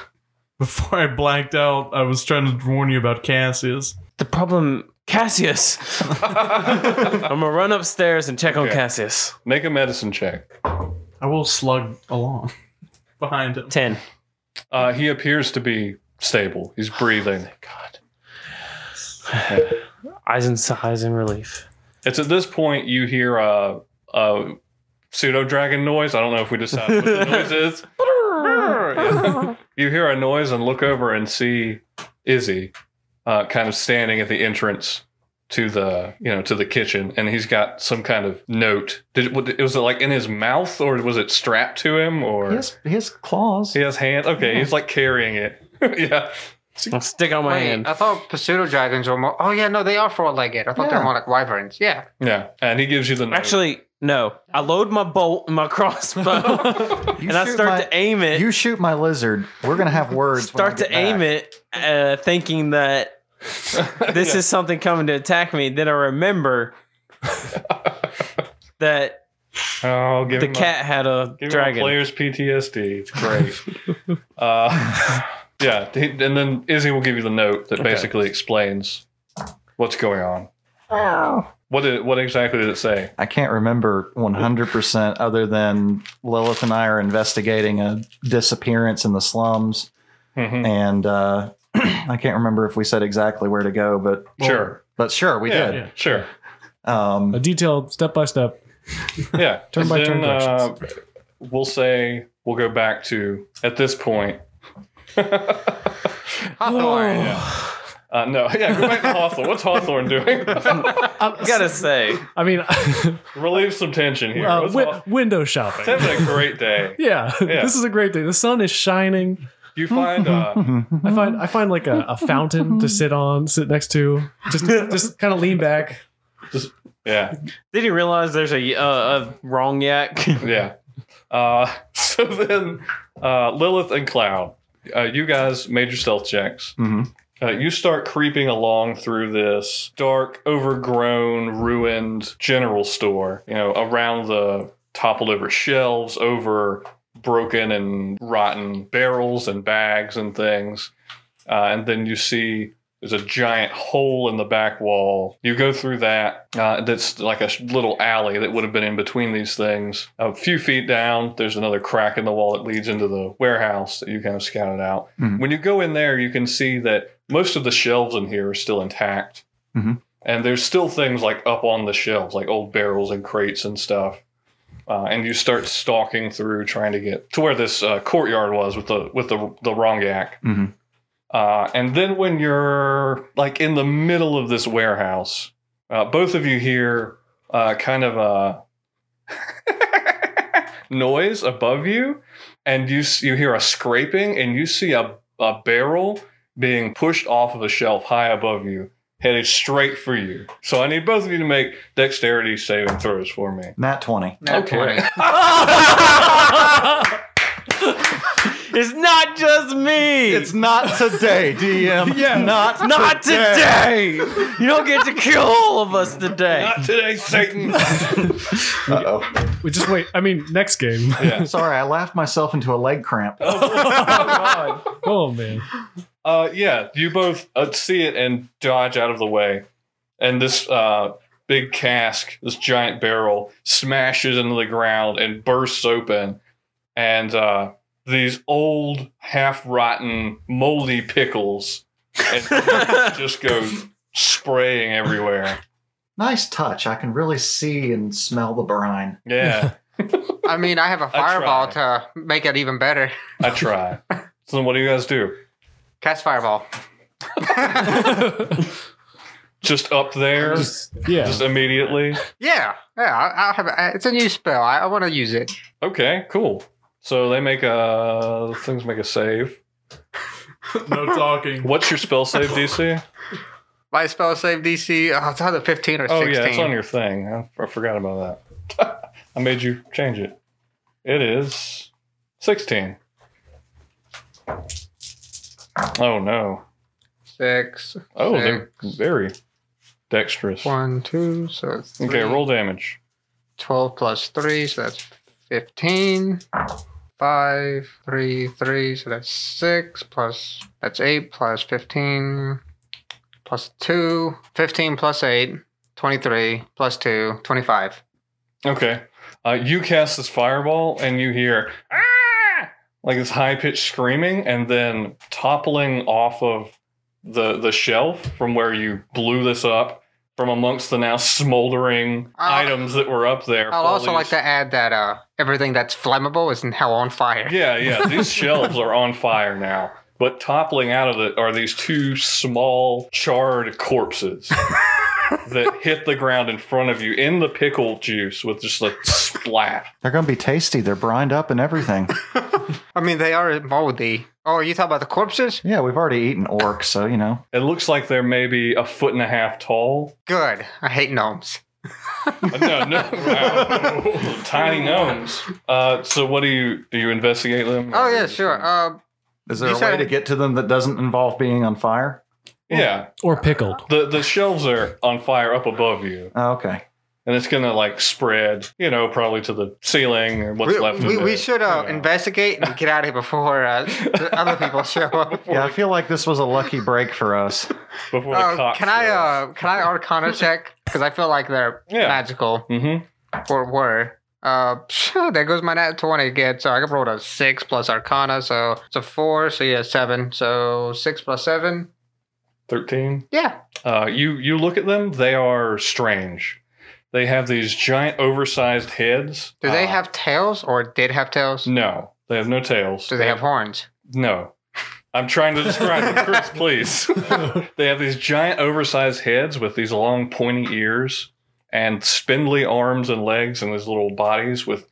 [SPEAKER 5] before I blanked out, I was trying to warn you about Cassius.
[SPEAKER 3] The problem, Cassius.
[SPEAKER 4] Uh.
[SPEAKER 3] I'm gonna run upstairs and check on
[SPEAKER 1] Okay.
[SPEAKER 3] Cassius.
[SPEAKER 1] Make a medicine check.
[SPEAKER 5] I will slug along behind him.
[SPEAKER 3] Ten.
[SPEAKER 1] Uh, he appears to be stable. He's breathing. God.
[SPEAKER 3] Eyes in sighs in relief.
[SPEAKER 1] It's at this point you hear a, a pseudo dragon noise. I don't know if we decided what the noise is. Yeah. you hear a noise and look over and see Izzy uh, kind of standing at the entrance to the you know to the kitchen and he's got some kind of note did what- was it like in his mouth or was it strapped to him or
[SPEAKER 4] He has, he has claws.
[SPEAKER 1] he has hand okay he's like carrying it yeah
[SPEAKER 3] I'll stick on my
[SPEAKER 2] Wait,
[SPEAKER 4] uh,
[SPEAKER 3] hand.
[SPEAKER 2] I thought pseudo dragons were more. Oh yeah, no, they are four-legged. I thought they
[SPEAKER 4] Yeah.
[SPEAKER 2] were more like wyverns. Yeah.
[SPEAKER 1] yeah and he gives you the note
[SPEAKER 3] Actually, no. I load my bolt and my crossbow,
[SPEAKER 4] You
[SPEAKER 3] and I
[SPEAKER 4] shoot
[SPEAKER 3] start
[SPEAKER 4] my-
[SPEAKER 3] to aim it.
[SPEAKER 4] You shoot my lizard. We're gonna have words. when I
[SPEAKER 3] start to
[SPEAKER 4] get
[SPEAKER 3] aim
[SPEAKER 4] back.
[SPEAKER 3] it, uh, thinking that this is something coming to attack me. Then I remember that
[SPEAKER 1] oh give
[SPEAKER 3] the
[SPEAKER 1] him a-
[SPEAKER 3] cat had a
[SPEAKER 1] Give Dragon.
[SPEAKER 3] dragon.
[SPEAKER 1] players PTSD. It's great. uh, yeah, he- and then Izzy will give you the note that basically explains what's going on. What did, what exactly did it say?
[SPEAKER 4] I can't remember 100% other than Lilith and I are investigating a disappearance in the slums.
[SPEAKER 1] Mhm.
[SPEAKER 4] And uh, I can't remember if we said exactly where to go, but
[SPEAKER 1] sure,
[SPEAKER 4] but sure, we
[SPEAKER 1] yeah,
[SPEAKER 4] did.
[SPEAKER 1] sure,
[SPEAKER 4] Um,
[SPEAKER 6] A detailed step by step.
[SPEAKER 1] yeah.
[SPEAKER 6] Turn by turn
[SPEAKER 1] uh, we'll say we'll go back to at this point.
[SPEAKER 2] Hawthorne.
[SPEAKER 1] Uh, no, yeah, go back to Hawthorne. What's Hawthorne doing?
[SPEAKER 3] I gotta say,
[SPEAKER 6] Um, I mean,
[SPEAKER 1] Relieve some tension here.
[SPEAKER 6] uh,
[SPEAKER 1] What's
[SPEAKER 6] wi-
[SPEAKER 1] Haw-
[SPEAKER 6] window shopping.
[SPEAKER 1] It's having a great day.
[SPEAKER 6] Yeah,
[SPEAKER 1] Yeah.
[SPEAKER 6] this is a great day. The sun is shining.
[SPEAKER 1] You find uh,
[SPEAKER 6] I find I find like a, a fountain to sit on, sit next to, just just kind of lean back.
[SPEAKER 1] yeah,
[SPEAKER 3] did you realize there's a uh, a wrong yak?
[SPEAKER 1] Yeah. Uh, so then, uh, Lilith and Cloud, uh, you guys made your stealth checks.
[SPEAKER 4] mhm.
[SPEAKER 1] Uh, you start creeping along through this dark, overgrown, ruined general store. You know, around the toppled over shelves, over broken and rotten barrels and bags and things. Uh, and then you see there's a giant hole in the back wall. You go through that. Uh, that's like a sh- little alley that would have been in between these things. A few feet down, there's another crack in the wall that leads into the warehouse that you kind of scouted out.
[SPEAKER 4] Mhm.
[SPEAKER 1] When you go in there, you can see that most of the shelves in here are still intact.
[SPEAKER 4] Mhm.
[SPEAKER 1] And there's still things like up on the shelves, like old barrels and crates and stuff. Uh, and you start stalking through, trying to get to where this uh, courtyard was with the with the the wrong yak.
[SPEAKER 4] Mhm.
[SPEAKER 1] Uh, and then when you're like in the middle of this warehouse, uh, both of you hear uh, kind of a noise above you, and you s- you hear a scraping, and you see a, a barrel being pushed off of a shelf high above you, headed straight for you. So I need both of you to make dexterity saving throws for me.
[SPEAKER 4] Nat 20.
[SPEAKER 2] Nat 20.
[SPEAKER 3] it's not just me.
[SPEAKER 4] It's not today, DM. yeah. Not,
[SPEAKER 3] not today. You don't get to kill all of us today.
[SPEAKER 1] Not today, Satan.
[SPEAKER 4] Uh-oh.
[SPEAKER 6] We just wait. I mean, next game.
[SPEAKER 1] yeah.
[SPEAKER 4] Sorry, I laughed myself into a leg cramp.
[SPEAKER 6] Oh man.
[SPEAKER 1] Uh, yeah, you both uh, see it and dodge out of the way. And this uh, big cask, this giant barrel, smashes into the ground and bursts open. And uh, these old, half rotten, moldy pickles and just go spraying everywhere.
[SPEAKER 4] Nice touch. I can really see and smell the brine.
[SPEAKER 1] Yeah,
[SPEAKER 2] I mean, I have a fireball
[SPEAKER 1] tried.
[SPEAKER 2] to make it even better.
[SPEAKER 1] I try. So, then what do you guys do?
[SPEAKER 2] Cast fireball.
[SPEAKER 1] Just up there? Just,
[SPEAKER 6] Yeah.
[SPEAKER 1] immediately?
[SPEAKER 2] Yeah, yeah. I, I have. A, it's a new spell. I, I want to use it.
[SPEAKER 1] Okay, cool. So they make a. Things make a save.
[SPEAKER 5] No talking.
[SPEAKER 1] What's your spell save DC?
[SPEAKER 2] My spell save DC. Oh, it's either fifteen or
[SPEAKER 1] Oh
[SPEAKER 2] sixteen.
[SPEAKER 1] yeah, it's on your thing. I, I forgot about that. I made you change it. It is sixteen. Oh no!
[SPEAKER 2] Six.
[SPEAKER 1] Oh, they're Oh, very Dexterous.
[SPEAKER 2] One, two, so it's
[SPEAKER 1] Okay,
[SPEAKER 2] three.
[SPEAKER 1] roll damage.
[SPEAKER 2] 12 plus 3, so that's 15. 5, 3, 3, so that's 6, plus, that's 8, plus 15, plus 2, 15 plus 8, 23, plus 2, 25.
[SPEAKER 1] Okay. Uh, you cast this fireball and you hear "Ah!" like this high pitched screaming and then toppling off of the the shelf from where you blew this up from amongst the now smoldering
[SPEAKER 2] I'll-
[SPEAKER 1] items that were up there.
[SPEAKER 2] I'll
[SPEAKER 1] fall
[SPEAKER 2] also like
[SPEAKER 1] these-
[SPEAKER 2] to add that uh, everything that's flammable is now on fire.
[SPEAKER 1] Yeah, yeah. These shelves are on fire now. But toppling out of it are these two small charred corpses that hit the ground in front of you in the pickle juice with just a splat.
[SPEAKER 4] They're going to be tasty. They're brined up and everything.
[SPEAKER 2] I mean, they are moldy. Oh, are you talking about the corpses?
[SPEAKER 4] yeah, we've already eaten orcs, so you know.
[SPEAKER 1] It looks like they're maybe a foot and a half tall.
[SPEAKER 2] Good. I hate gnomes.
[SPEAKER 1] Uh, No, no, wow. tiny gnomes. Uh, so, what do you do? You investigate them?
[SPEAKER 2] Oh, yeah, sure. Uh,
[SPEAKER 4] Is there
[SPEAKER 2] You
[SPEAKER 4] a way
[SPEAKER 2] said-
[SPEAKER 4] to get to them that doesn't involve being on fire?
[SPEAKER 1] yeah.
[SPEAKER 6] Or pickled.
[SPEAKER 1] The the shelves are on fire up above you,
[SPEAKER 4] Oh, okay.
[SPEAKER 1] and it's gonna like spread. You know, probably to the ceiling or what's
[SPEAKER 2] we,
[SPEAKER 1] left.
[SPEAKER 2] we,
[SPEAKER 1] of
[SPEAKER 2] we
[SPEAKER 1] it.
[SPEAKER 2] should uh,
[SPEAKER 1] Yeah.
[SPEAKER 2] investigate and get out of here before uh, the other people show up.
[SPEAKER 4] Yeah, I feel like this was a lucky break for us.
[SPEAKER 1] before the
[SPEAKER 2] Uh,
[SPEAKER 1] cops
[SPEAKER 2] can I uh can I Arcana check because I feel like they're
[SPEAKER 1] Yeah.
[SPEAKER 2] magical
[SPEAKER 1] mm-hmm.
[SPEAKER 2] or were. Uh, phew, there goes my nat twenty again. So I got rolled a six plus Arcana, so it's a four. So yeah, seven. So six plus seven.
[SPEAKER 1] Thirteen.
[SPEAKER 2] Yeah.
[SPEAKER 1] Uh, you you look at them. They are strange. They have these giant, oversized heads.
[SPEAKER 2] Do they
[SPEAKER 1] Uh,
[SPEAKER 2] have tails or did have tails?
[SPEAKER 1] No, Mm, they have no tails.
[SPEAKER 2] Do they have horns?
[SPEAKER 1] No. I'm trying to describe it, Chris, please. they have these giant, oversized heads with these long, pointy ears and spindly arms and legs and these little bodies with,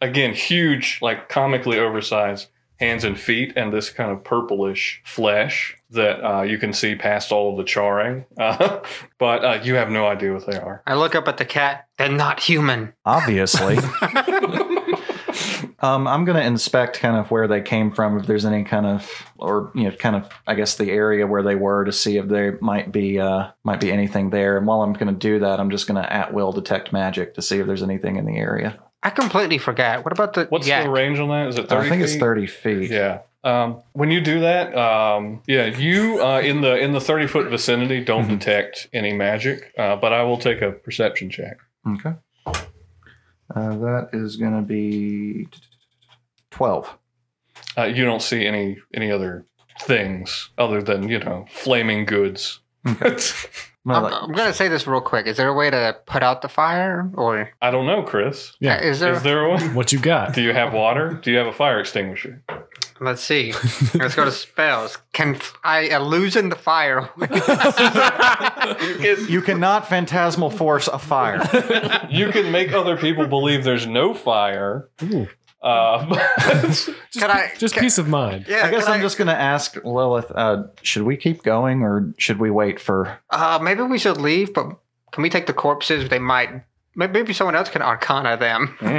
[SPEAKER 1] again, huge, like comically oversized hands and feet and this kind of purplish flesh that uh, you can see past all of the charring. Uh, but uh, you have no idea what they are.
[SPEAKER 2] I look up at the cat. They're not human.
[SPEAKER 4] Obviously. um, I'm going to inspect kind of where they came from, if there's any kind of, or you know, kind of, I guess the area where they were to see if there might be, uh, might be anything there. And while I'm going to do that, I'm just going to at will detect magic to see if there's anything in the area. Uh,
[SPEAKER 2] I completely forgot. What about the
[SPEAKER 1] What's
[SPEAKER 2] yak?
[SPEAKER 1] the range on that? Is it 30
[SPEAKER 4] I think it's
[SPEAKER 1] feet?
[SPEAKER 4] 30 feet.
[SPEAKER 1] Yeah. Um, when you do that, um, yeah, you uh, in the in the thirty foot vicinity don't
[SPEAKER 4] Mhm.
[SPEAKER 1] detect any magic, uh, but I will take a perception check.
[SPEAKER 4] Okay. Uh, that is going to be 12.
[SPEAKER 1] Uh, you don't see any any other things other than you know flaming goods.
[SPEAKER 4] Okay. I'm
[SPEAKER 2] I'm,
[SPEAKER 4] gonna, like,
[SPEAKER 2] I'm gonna say this real quick. Is there a way to put out the fire, or
[SPEAKER 1] I don't know, Chris.
[SPEAKER 6] Yeah.
[SPEAKER 2] is there?
[SPEAKER 1] Is there one?
[SPEAKER 6] What you got?
[SPEAKER 1] Do you have water? Do you have a fire extinguisher?
[SPEAKER 2] Let's see. Let's go to spells. Can f- I illusion the fire?
[SPEAKER 4] you cannot phantasmal force a fire.
[SPEAKER 1] You can make other people believe there's no fire.
[SPEAKER 6] Ooh.
[SPEAKER 1] Uh, but-
[SPEAKER 6] Just,
[SPEAKER 2] Can I-
[SPEAKER 6] just
[SPEAKER 2] can-
[SPEAKER 6] peace of mind.
[SPEAKER 2] yeah,
[SPEAKER 4] I guess
[SPEAKER 2] can
[SPEAKER 4] I'm just going to ask Lilith, uh, should we keep going or should we wait for.
[SPEAKER 2] Uh, maybe we should leave, but can we take the corpses? They might. may- Maybe someone else can arcana them.
[SPEAKER 1] Mm.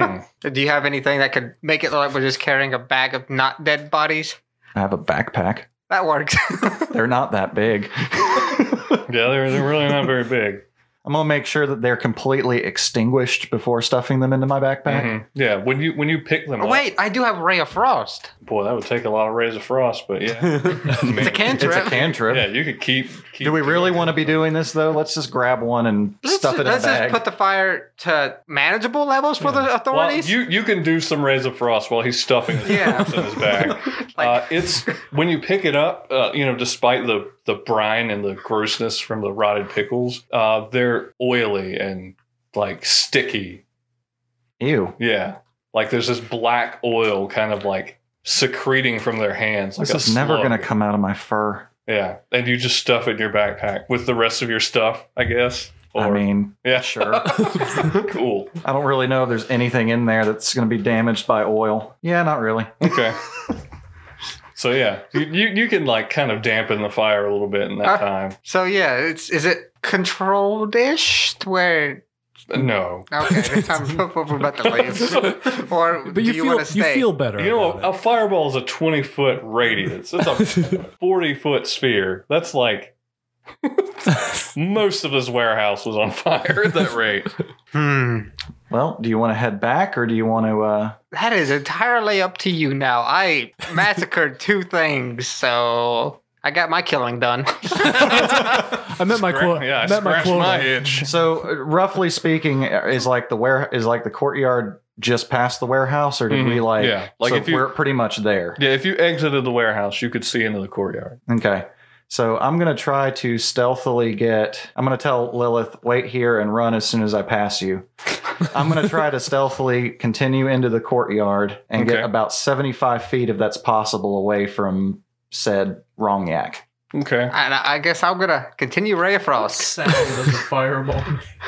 [SPEAKER 4] Mm-hmm.
[SPEAKER 2] Do you have anything that could make it look like we're just carrying a bag of not dead bodies?
[SPEAKER 4] I have a backpack.
[SPEAKER 2] That works.
[SPEAKER 4] They're not that big.
[SPEAKER 1] yeah, they're, they're really not very big.
[SPEAKER 4] I'm going to make sure that they're completely extinguished before stuffing them into my backpack.
[SPEAKER 1] Mhm. Yeah, when you when you pick them
[SPEAKER 2] Oh,
[SPEAKER 1] up,
[SPEAKER 2] wait, I do have Ray of Frost.
[SPEAKER 1] boy, that would take a lot of rays of frost. But yeah,
[SPEAKER 2] It's a
[SPEAKER 1] Man.
[SPEAKER 2] cantrip.
[SPEAKER 4] It's a cantrip.
[SPEAKER 1] Yeah, you could keep. keep
[SPEAKER 4] Do we really want to be doing this though? Let's just grab one and
[SPEAKER 2] Let's,
[SPEAKER 4] stuff it in a
[SPEAKER 2] let's
[SPEAKER 4] bag.
[SPEAKER 2] just put the fire to manageable levels for the
[SPEAKER 1] Well,
[SPEAKER 2] authorities.
[SPEAKER 1] you you can do some rays of frost while he's stuffing his
[SPEAKER 2] Yeah.
[SPEAKER 1] frost in his bag.
[SPEAKER 2] Like-
[SPEAKER 1] uh, it's when you pick it up, uh, you know, despite the the brine and the grossness from the rotted pickles, uh, they're oily and like sticky.
[SPEAKER 4] Ew.
[SPEAKER 1] Yeah, like there's this black oil kind of like secreting from their hands. Like
[SPEAKER 4] This is never
[SPEAKER 1] going
[SPEAKER 4] going to come out of my fur.
[SPEAKER 1] Yeah, and you just stuff it in your backpack with the rest of your stuff, I guess.
[SPEAKER 4] I mean,
[SPEAKER 1] yeah,
[SPEAKER 4] sure.
[SPEAKER 1] cool.
[SPEAKER 4] I don't really know if there's anything in there that's going to be damaged by oil. Yeah, not really.
[SPEAKER 1] Okay. so yeah, you, you you can like kind of dampen the fire a little bit in that
[SPEAKER 2] Uh,
[SPEAKER 1] time.
[SPEAKER 2] So yeah, it's is it controlled ish where
[SPEAKER 1] No.
[SPEAKER 2] okay, I'm we're about to leave. or
[SPEAKER 6] But
[SPEAKER 2] do you,
[SPEAKER 6] you, feel
[SPEAKER 2] want to
[SPEAKER 6] you
[SPEAKER 2] stay?
[SPEAKER 6] feel better.
[SPEAKER 1] You know,
[SPEAKER 6] about
[SPEAKER 1] a fireball is a 20 foot radius. It's a 40 foot sphere. That's like Most of this warehouse was on fire at that rate.
[SPEAKER 2] Hmm.
[SPEAKER 4] Well, do you want to head back or do you want to? Uh,
[SPEAKER 2] That is entirely up to you now. I massacred two things, so I got my killing done.
[SPEAKER 6] I met my
[SPEAKER 1] Scra-
[SPEAKER 6] quote.
[SPEAKER 1] yeah, I
[SPEAKER 6] met my
[SPEAKER 1] scratched
[SPEAKER 6] quota.
[SPEAKER 1] my itch.
[SPEAKER 4] so, uh, roughly speaking, uh, is like the ware is like the courtyard just past the warehouse, or did we
[SPEAKER 1] Mhm.
[SPEAKER 4] like?
[SPEAKER 1] Yeah, like
[SPEAKER 4] so
[SPEAKER 1] if you-
[SPEAKER 4] we're pretty much there.
[SPEAKER 1] Yeah, if you exited the warehouse, you could see into the courtyard.
[SPEAKER 4] Okay. So I'm gonna try to stealthily get. I'm gonna tell Lilith, wait here and run as soon as I pass you. I'm gonna try to stealthily continue into the courtyard and
[SPEAKER 1] Okay.
[SPEAKER 4] get about 75 feet, if that's possible, away from said wrong yak.
[SPEAKER 1] Okay.
[SPEAKER 2] and I I guess I'm gonna continue Ray of Frost.
[SPEAKER 5] Sound as a fireball.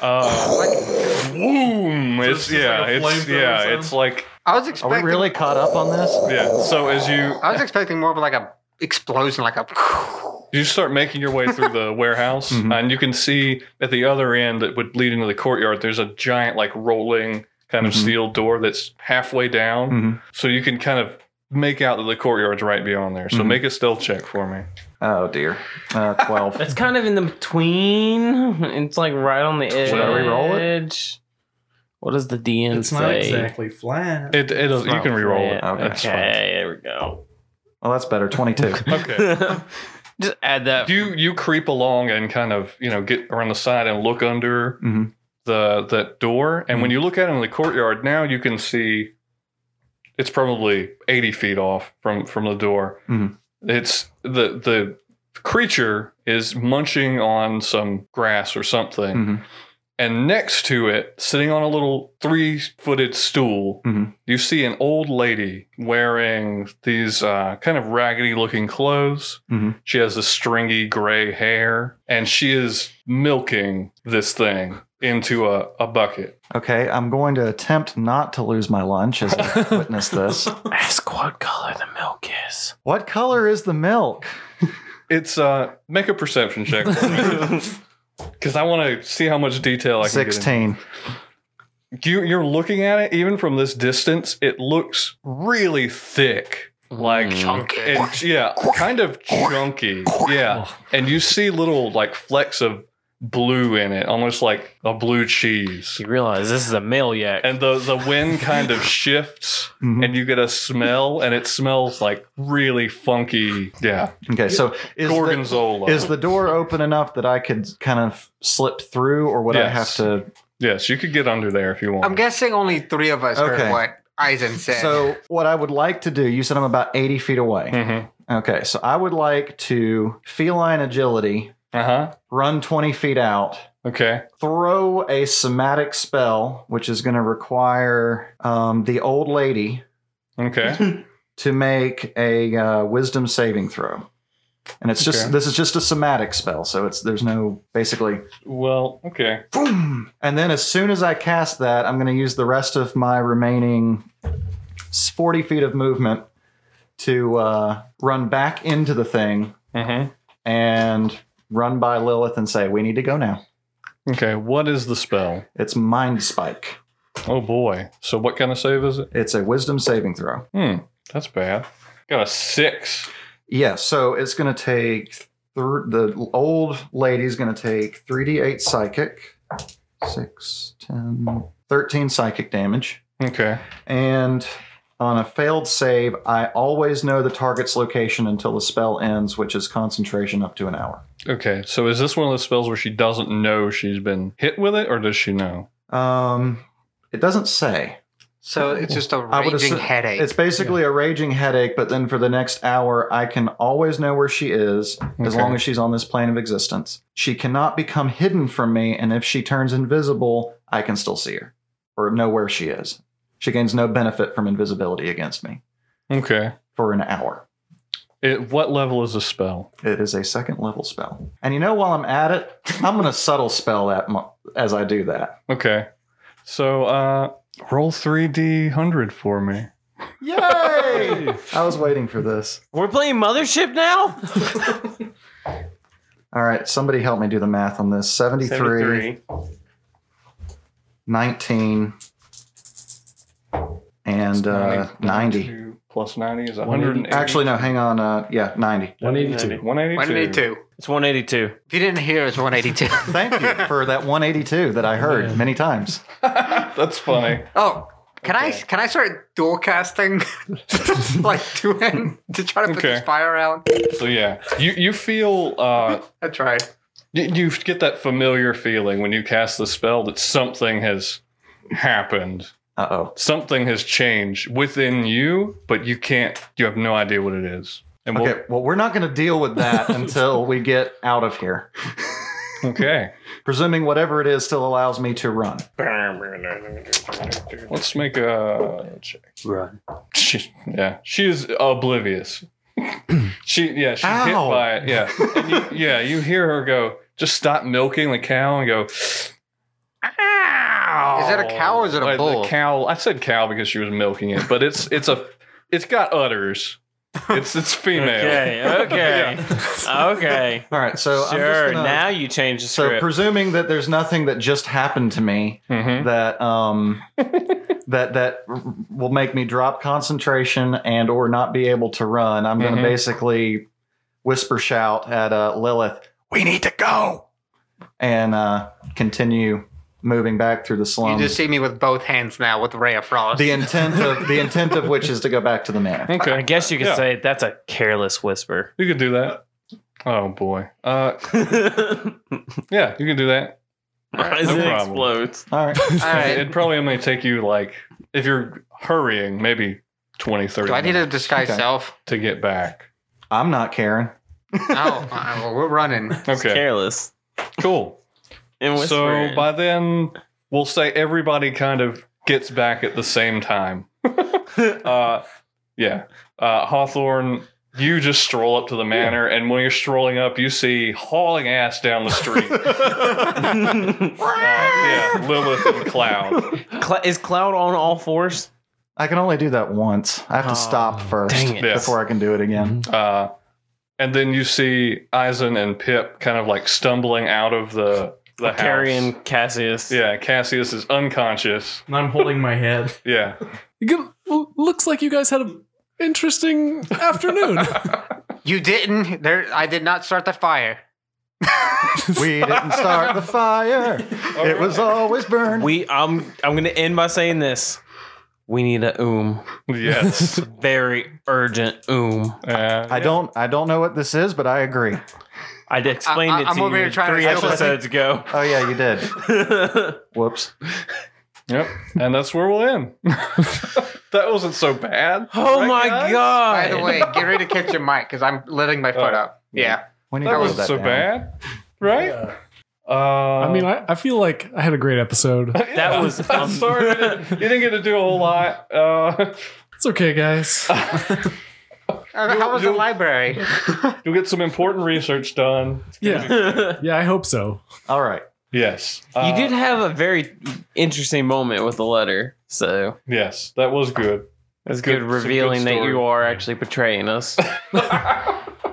[SPEAKER 1] Uh, boom! It's,
[SPEAKER 5] it's just
[SPEAKER 1] yeah,
[SPEAKER 5] like a
[SPEAKER 1] it's
[SPEAKER 5] flamethrower
[SPEAKER 1] yeah,
[SPEAKER 5] sound?
[SPEAKER 1] it's like
[SPEAKER 2] I was
[SPEAKER 4] Are we
[SPEAKER 2] expecting.
[SPEAKER 4] really caught up on this?
[SPEAKER 1] yeah. So as you
[SPEAKER 2] I was expecting more of like a explosion, like a.
[SPEAKER 1] you start making your way through the warehouse,
[SPEAKER 5] Mm-hmm.
[SPEAKER 4] Mhm.
[SPEAKER 1] and you can see at the other end that would lead into the courtyard. There's a giant like rolling kind of
[SPEAKER 5] Mm-hmm.
[SPEAKER 4] Mhm.
[SPEAKER 1] steel door that's halfway down,
[SPEAKER 5] Mm.
[SPEAKER 4] Mhm.
[SPEAKER 1] so you can kind of make out that the courtyard's right beyond there. So
[SPEAKER 5] Mm-hmm.
[SPEAKER 4] Mhm.
[SPEAKER 1] make a stealth check for me.
[SPEAKER 4] Oh dear. Uh, 12.
[SPEAKER 3] That's kind of in the between. It's like right on the edge.
[SPEAKER 4] Should I re-roll it?
[SPEAKER 3] What does the DN
[SPEAKER 5] it's not
[SPEAKER 3] say?
[SPEAKER 5] exactly flat.
[SPEAKER 1] It it'll, you
[SPEAKER 3] not
[SPEAKER 1] can re-roll it.
[SPEAKER 3] flat.
[SPEAKER 4] Okay,
[SPEAKER 1] That's
[SPEAKER 3] Okay,
[SPEAKER 1] fine.
[SPEAKER 3] there we go.
[SPEAKER 4] Well, that's better. 22.
[SPEAKER 1] Okay.
[SPEAKER 3] Just add that.
[SPEAKER 1] You you creep along and kind of you know get around the side and look under
[SPEAKER 4] Mhm.
[SPEAKER 1] the that door, and when you look out in the courtyard now, you can see it's probably eighty feet off from from the door.
[SPEAKER 4] Mhm.
[SPEAKER 1] It's the the creature is munching on some grass or something,
[SPEAKER 4] Mhm.
[SPEAKER 1] and next to it, sitting on a little three footed stool,
[SPEAKER 4] Mhm.
[SPEAKER 1] you see an old lady wearing these uh, kind of raggedy looking clothes.
[SPEAKER 4] Mhm.
[SPEAKER 1] She has this stringy gray hair, and she is milking this thing into a, a bucket.
[SPEAKER 4] Okay, I'm going to attempt not to lose my lunch as I witness this.
[SPEAKER 3] Ask what color the milk is.
[SPEAKER 4] What color is the milk?
[SPEAKER 1] It's uh, make a perception check because I want to see how much detail I can get into
[SPEAKER 4] 16.
[SPEAKER 1] you, you're looking at it even from this distance it looks really thick like
[SPEAKER 2] Chunky.
[SPEAKER 1] and, yeah kind of chunky yeah and you see little like flecks of blue in it almost like a blue cheese
[SPEAKER 3] You realize this is a male yak.
[SPEAKER 1] and the, the wind kind of shifts
[SPEAKER 4] Mhm.
[SPEAKER 1] and you get a smell and it smells like really funky yeah
[SPEAKER 4] Okay, so is the,
[SPEAKER 1] gorgonzola
[SPEAKER 4] is the door open enough that I could kind of slip through, or would I have
[SPEAKER 1] Yes.
[SPEAKER 4] to?
[SPEAKER 1] yes you could get under there if you want
[SPEAKER 2] I'm guessing only three of us
[SPEAKER 4] Okay.
[SPEAKER 2] heard what Eisen said.
[SPEAKER 4] So, what I would like to do, you said I'm about 80 feet away.
[SPEAKER 1] Mhm.
[SPEAKER 4] Okay, so I would like to feline agility,
[SPEAKER 1] uh-huh
[SPEAKER 4] run 20 feet out,
[SPEAKER 1] okay
[SPEAKER 4] throw a somatic spell, which is going to require um, the old lady
[SPEAKER 1] okay
[SPEAKER 4] to make a uh, wisdom saving throw. And it's just
[SPEAKER 1] Okay.
[SPEAKER 4] this is just a somatic spell, so it's there's no basically
[SPEAKER 1] well okay
[SPEAKER 4] boom. And then as soon as I cast that, I'm going to use the rest of my remaining s- 40 feet of movement to uh, run back into the thing
[SPEAKER 1] hmm
[SPEAKER 4] and run by Lilith and say, "We need to go now."
[SPEAKER 1] okay what is the spell
[SPEAKER 4] It's mind spike.
[SPEAKER 1] Oh boy. So what kind of save is it?
[SPEAKER 4] It's a wisdom saving throw.
[SPEAKER 1] Hmm. That's bad. Got a six.
[SPEAKER 4] Yeah, so it's going to take th- the old lady's going to take 3d8 psychic, 6, 10, 13 psychic damage.
[SPEAKER 1] Okay.
[SPEAKER 4] And on a failed save, I always know the target's location until the spell ends, which is concentration up to an hour.
[SPEAKER 1] Okay. So is this one of those spells where she doesn't know she's been hit with it, or does she know?
[SPEAKER 4] Um, it doesn't say.
[SPEAKER 2] So it's just a
[SPEAKER 4] I would
[SPEAKER 2] raging
[SPEAKER 4] assu-
[SPEAKER 2] headache.
[SPEAKER 4] It's basically a raging headache, but then for the next hour, I can always know where she is as
[SPEAKER 1] Okay.
[SPEAKER 4] long as she's on this plane of existence. She cannot become hidden from me, and if she turns invisible, I can still see her or know where she is. She gains no benefit from invisibility against me
[SPEAKER 1] Okay.
[SPEAKER 4] for an hour.
[SPEAKER 1] It, what level is the spell?
[SPEAKER 4] It is a second level spell. And you know, while I'm at it, I'm going to subtle spell that mo- as I do that.
[SPEAKER 1] Okay. So uh roll three D hundred for me.
[SPEAKER 4] Yay! I was waiting for this.
[SPEAKER 3] We're playing Mothership now?
[SPEAKER 4] All right, somebody help me do the math on this 73. 19 and uh, 90.
[SPEAKER 1] 92. plus 90 is
[SPEAKER 6] 180.
[SPEAKER 1] 180.
[SPEAKER 4] Actually, no. Hang on. Uh, yeah, ninety.
[SPEAKER 1] 182.
[SPEAKER 6] 182.
[SPEAKER 2] 182.
[SPEAKER 3] It's 182.
[SPEAKER 2] If you didn't hear, it's 182.
[SPEAKER 4] Thank you for that one eighty-two that I heard
[SPEAKER 6] Yeah.
[SPEAKER 4] many times.
[SPEAKER 1] That's funny.
[SPEAKER 2] oh, can I can I start dual casting like two in to try to put
[SPEAKER 1] Okay.
[SPEAKER 2] this fire out?
[SPEAKER 1] So yeah, you you feel uh,
[SPEAKER 2] That's right.
[SPEAKER 1] you, you get that familiar feeling when you cast the spell that something has happened.
[SPEAKER 4] Uh oh.
[SPEAKER 1] Something has changed within you, but you can't. You have no idea what it is. And we'll,
[SPEAKER 4] Okay. Well, we're not going to deal with that until we get out of here.
[SPEAKER 1] okay,
[SPEAKER 4] Presuming whatever it is still allows me to run.
[SPEAKER 1] let's make a check.
[SPEAKER 7] Run.
[SPEAKER 1] She, yeah, she is oblivious. she, yeah, she's
[SPEAKER 4] Ow.
[SPEAKER 1] hit by it. Yeah, and you, yeah, you hear her go. Just stop milking the cow and go. Ow!
[SPEAKER 2] Is it a cow or is it a
[SPEAKER 1] Like,
[SPEAKER 2] bull?
[SPEAKER 1] The cow. I said cow because she was milking it, but it's it's a it's got udders. It's it's female.
[SPEAKER 3] Okay, okay. okay.
[SPEAKER 4] All right. So I'm just
[SPEAKER 3] sure.
[SPEAKER 4] gonna-
[SPEAKER 3] now you change the
[SPEAKER 4] So
[SPEAKER 3] script.
[SPEAKER 4] presuming that there's nothing that just happened to me
[SPEAKER 1] Mhm.
[SPEAKER 4] Mm-hmm. that um that that r- will make me drop concentration and or not be able to run. I'm
[SPEAKER 3] Mm-hmm.
[SPEAKER 4] going to
[SPEAKER 1] Mhm.
[SPEAKER 4] basically whisper shout at uh, Lilith, "We need to go," and uh, continue moving back through the
[SPEAKER 2] You
[SPEAKER 4] slums.
[SPEAKER 2] just see me with both hands now with Ray of Frost.
[SPEAKER 4] the intent of the intent of which is to go back to the manor.
[SPEAKER 1] Okay.
[SPEAKER 3] I guess you could
[SPEAKER 1] Yeah.
[SPEAKER 3] say that's a careless whisper.
[SPEAKER 1] You could do that. Oh boy. Uh, yeah, you can do that.
[SPEAKER 3] As
[SPEAKER 1] No
[SPEAKER 3] it
[SPEAKER 1] problem.
[SPEAKER 3] explodes.
[SPEAKER 4] All right.
[SPEAKER 2] All right.
[SPEAKER 1] It probably only take you like if you're hurrying, maybe 20, 30
[SPEAKER 2] Do I need
[SPEAKER 1] minutes
[SPEAKER 2] to disguise
[SPEAKER 4] Okay.
[SPEAKER 2] self?
[SPEAKER 1] to get back.
[SPEAKER 4] I'm not Karen.
[SPEAKER 2] No. All right, well, we're running.
[SPEAKER 3] It's
[SPEAKER 1] Okay.
[SPEAKER 3] careless.
[SPEAKER 1] Cool.
[SPEAKER 3] And
[SPEAKER 1] So
[SPEAKER 3] whispering.
[SPEAKER 1] by then, we'll say everybody kind of gets back at the same time. uh, yeah. Uh, Hawthorne, you just stroll up to the manor, and when you're strolling up, you see hauling ass down the street. uh, yeah, Lilith and Cloud.
[SPEAKER 3] Cl- is Cloud on all fours?
[SPEAKER 4] I can only do that once. I have to
[SPEAKER 3] Oh,
[SPEAKER 4] stop first
[SPEAKER 3] dang it.
[SPEAKER 1] Yeah.
[SPEAKER 4] before I can do it again.
[SPEAKER 1] Uh, and then you see Eisen and Pip kind of like stumbling out of the, the house.
[SPEAKER 3] Carrying Cassius.
[SPEAKER 1] Yeah, Cassius is unconscious.
[SPEAKER 5] And I'm holding my head.
[SPEAKER 1] Yeah.
[SPEAKER 6] You can- l- looks like you guys had an interesting afternoon.
[SPEAKER 2] You didn't. There, I did not start the fire.
[SPEAKER 3] Mm-hmm.
[SPEAKER 4] We didn't start the fire. it was always burned.
[SPEAKER 3] We I'm I'm gonna end by saying this. We need a oom.
[SPEAKER 1] Yes.
[SPEAKER 3] Very urgent oom.
[SPEAKER 1] Uh,
[SPEAKER 4] I don't I don't know what this is, but I agree.
[SPEAKER 3] I explained
[SPEAKER 2] I-
[SPEAKER 3] it
[SPEAKER 2] I'm
[SPEAKER 3] to
[SPEAKER 2] over
[SPEAKER 3] you
[SPEAKER 2] here trying to
[SPEAKER 3] three
[SPEAKER 2] steal the-
[SPEAKER 3] episodes ago.
[SPEAKER 4] Oh yeah, you did. Whoops.
[SPEAKER 1] Yep. And that's where we'll end. that wasn't so bad.
[SPEAKER 3] oh
[SPEAKER 1] right,
[SPEAKER 3] my
[SPEAKER 1] guys?
[SPEAKER 3] god!
[SPEAKER 2] By the way, get ready to catch your mic because I'm letting my foot
[SPEAKER 1] Oh,
[SPEAKER 2] up. Yeah.
[SPEAKER 4] We need to
[SPEAKER 1] That
[SPEAKER 4] go
[SPEAKER 1] wasn't
[SPEAKER 4] that
[SPEAKER 1] so
[SPEAKER 4] down.
[SPEAKER 1] bad. Right? Uh,
[SPEAKER 6] I mean, I, I feel like I had a great episode.
[SPEAKER 1] yeah.
[SPEAKER 3] That was-
[SPEAKER 1] I'm sorry. You didn't, you didn't get to do a whole lot. Uh,
[SPEAKER 6] It's okay, guys.
[SPEAKER 2] Uh, How was the
[SPEAKER 1] you-
[SPEAKER 2] library?
[SPEAKER 1] you'll get some important research done.
[SPEAKER 6] Yeah. Yeah, I hope so.
[SPEAKER 4] All right.
[SPEAKER 1] Yes.
[SPEAKER 3] you
[SPEAKER 1] Uh,
[SPEAKER 3] did have a very interesting moment with the letter, so
[SPEAKER 1] Yes, that was good. good- it's
[SPEAKER 3] that's good,
[SPEAKER 1] a good
[SPEAKER 3] revealing that
[SPEAKER 1] story.
[SPEAKER 3] you are actually betraying us.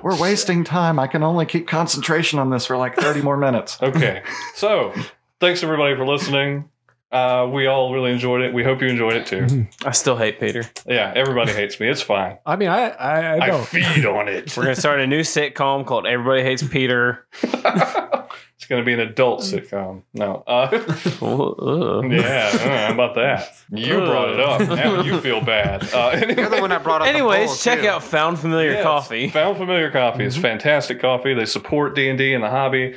[SPEAKER 4] We're wasting time. I can only keep concentration on this for like 30 more minutes.
[SPEAKER 1] Okay. so, thanks everybody for listening. Uh, we all really enjoyed it. We hope you enjoyed it too.
[SPEAKER 3] I still hate Peter.
[SPEAKER 1] Yeah, everybody hates me. It's fine.
[SPEAKER 6] I mean, I I, I
[SPEAKER 1] I
[SPEAKER 6] don't.
[SPEAKER 1] feed on it.
[SPEAKER 3] We're gonna start a new sitcom called Everybody Hates Peter.
[SPEAKER 1] it's going to be an adult sitcom. No. Uh,
[SPEAKER 3] Ugh.
[SPEAKER 1] Yeah, uh, how about that? You brought it up. Now you feel bad. Uh,
[SPEAKER 2] You're the one I brought up. the bowl,
[SPEAKER 3] Anyways, check
[SPEAKER 2] too.
[SPEAKER 3] out Found Familiar
[SPEAKER 1] Yes,
[SPEAKER 3] Coffee. Mm-hmm.
[SPEAKER 1] Found Familiar Coffee is fantastic coffee. They support D and D and the hobby.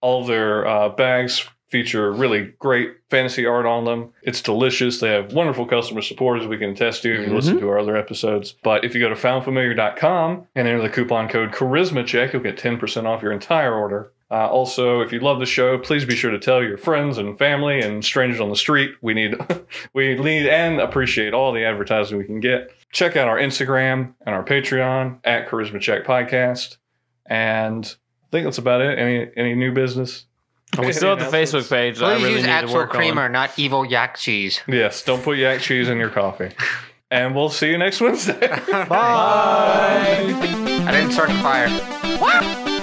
[SPEAKER 1] All their uh, bags feature really great fantasy art on them. It's delicious. They have wonderful customer support, as we can attest to if you listen
[SPEAKER 3] Mm-hmm.
[SPEAKER 1] to our other episodes. But if you go to foundfamiliar.com and enter the coupon code Charisma Check, you'll get ten percent off your entire order. Uh, also, if you love the show, please be sure to tell your friends and family and strangers on the street. We need, we need and appreciate all the advertising we can get check out our Instagram and our Patreon at Charisma Check Podcast. And I think that's about it. Any any new business?
[SPEAKER 3] And we still have the
[SPEAKER 1] announcements?
[SPEAKER 3] Facebook page that I
[SPEAKER 2] Please
[SPEAKER 3] really
[SPEAKER 2] use
[SPEAKER 3] need to
[SPEAKER 2] actual
[SPEAKER 3] work
[SPEAKER 2] creamer,
[SPEAKER 3] on.
[SPEAKER 2] not evil yak cheese.
[SPEAKER 1] Yes, don't put yak cheese in your coffee. And we'll see you next Wednesday.
[SPEAKER 4] Bye.
[SPEAKER 2] I didn't start the fire.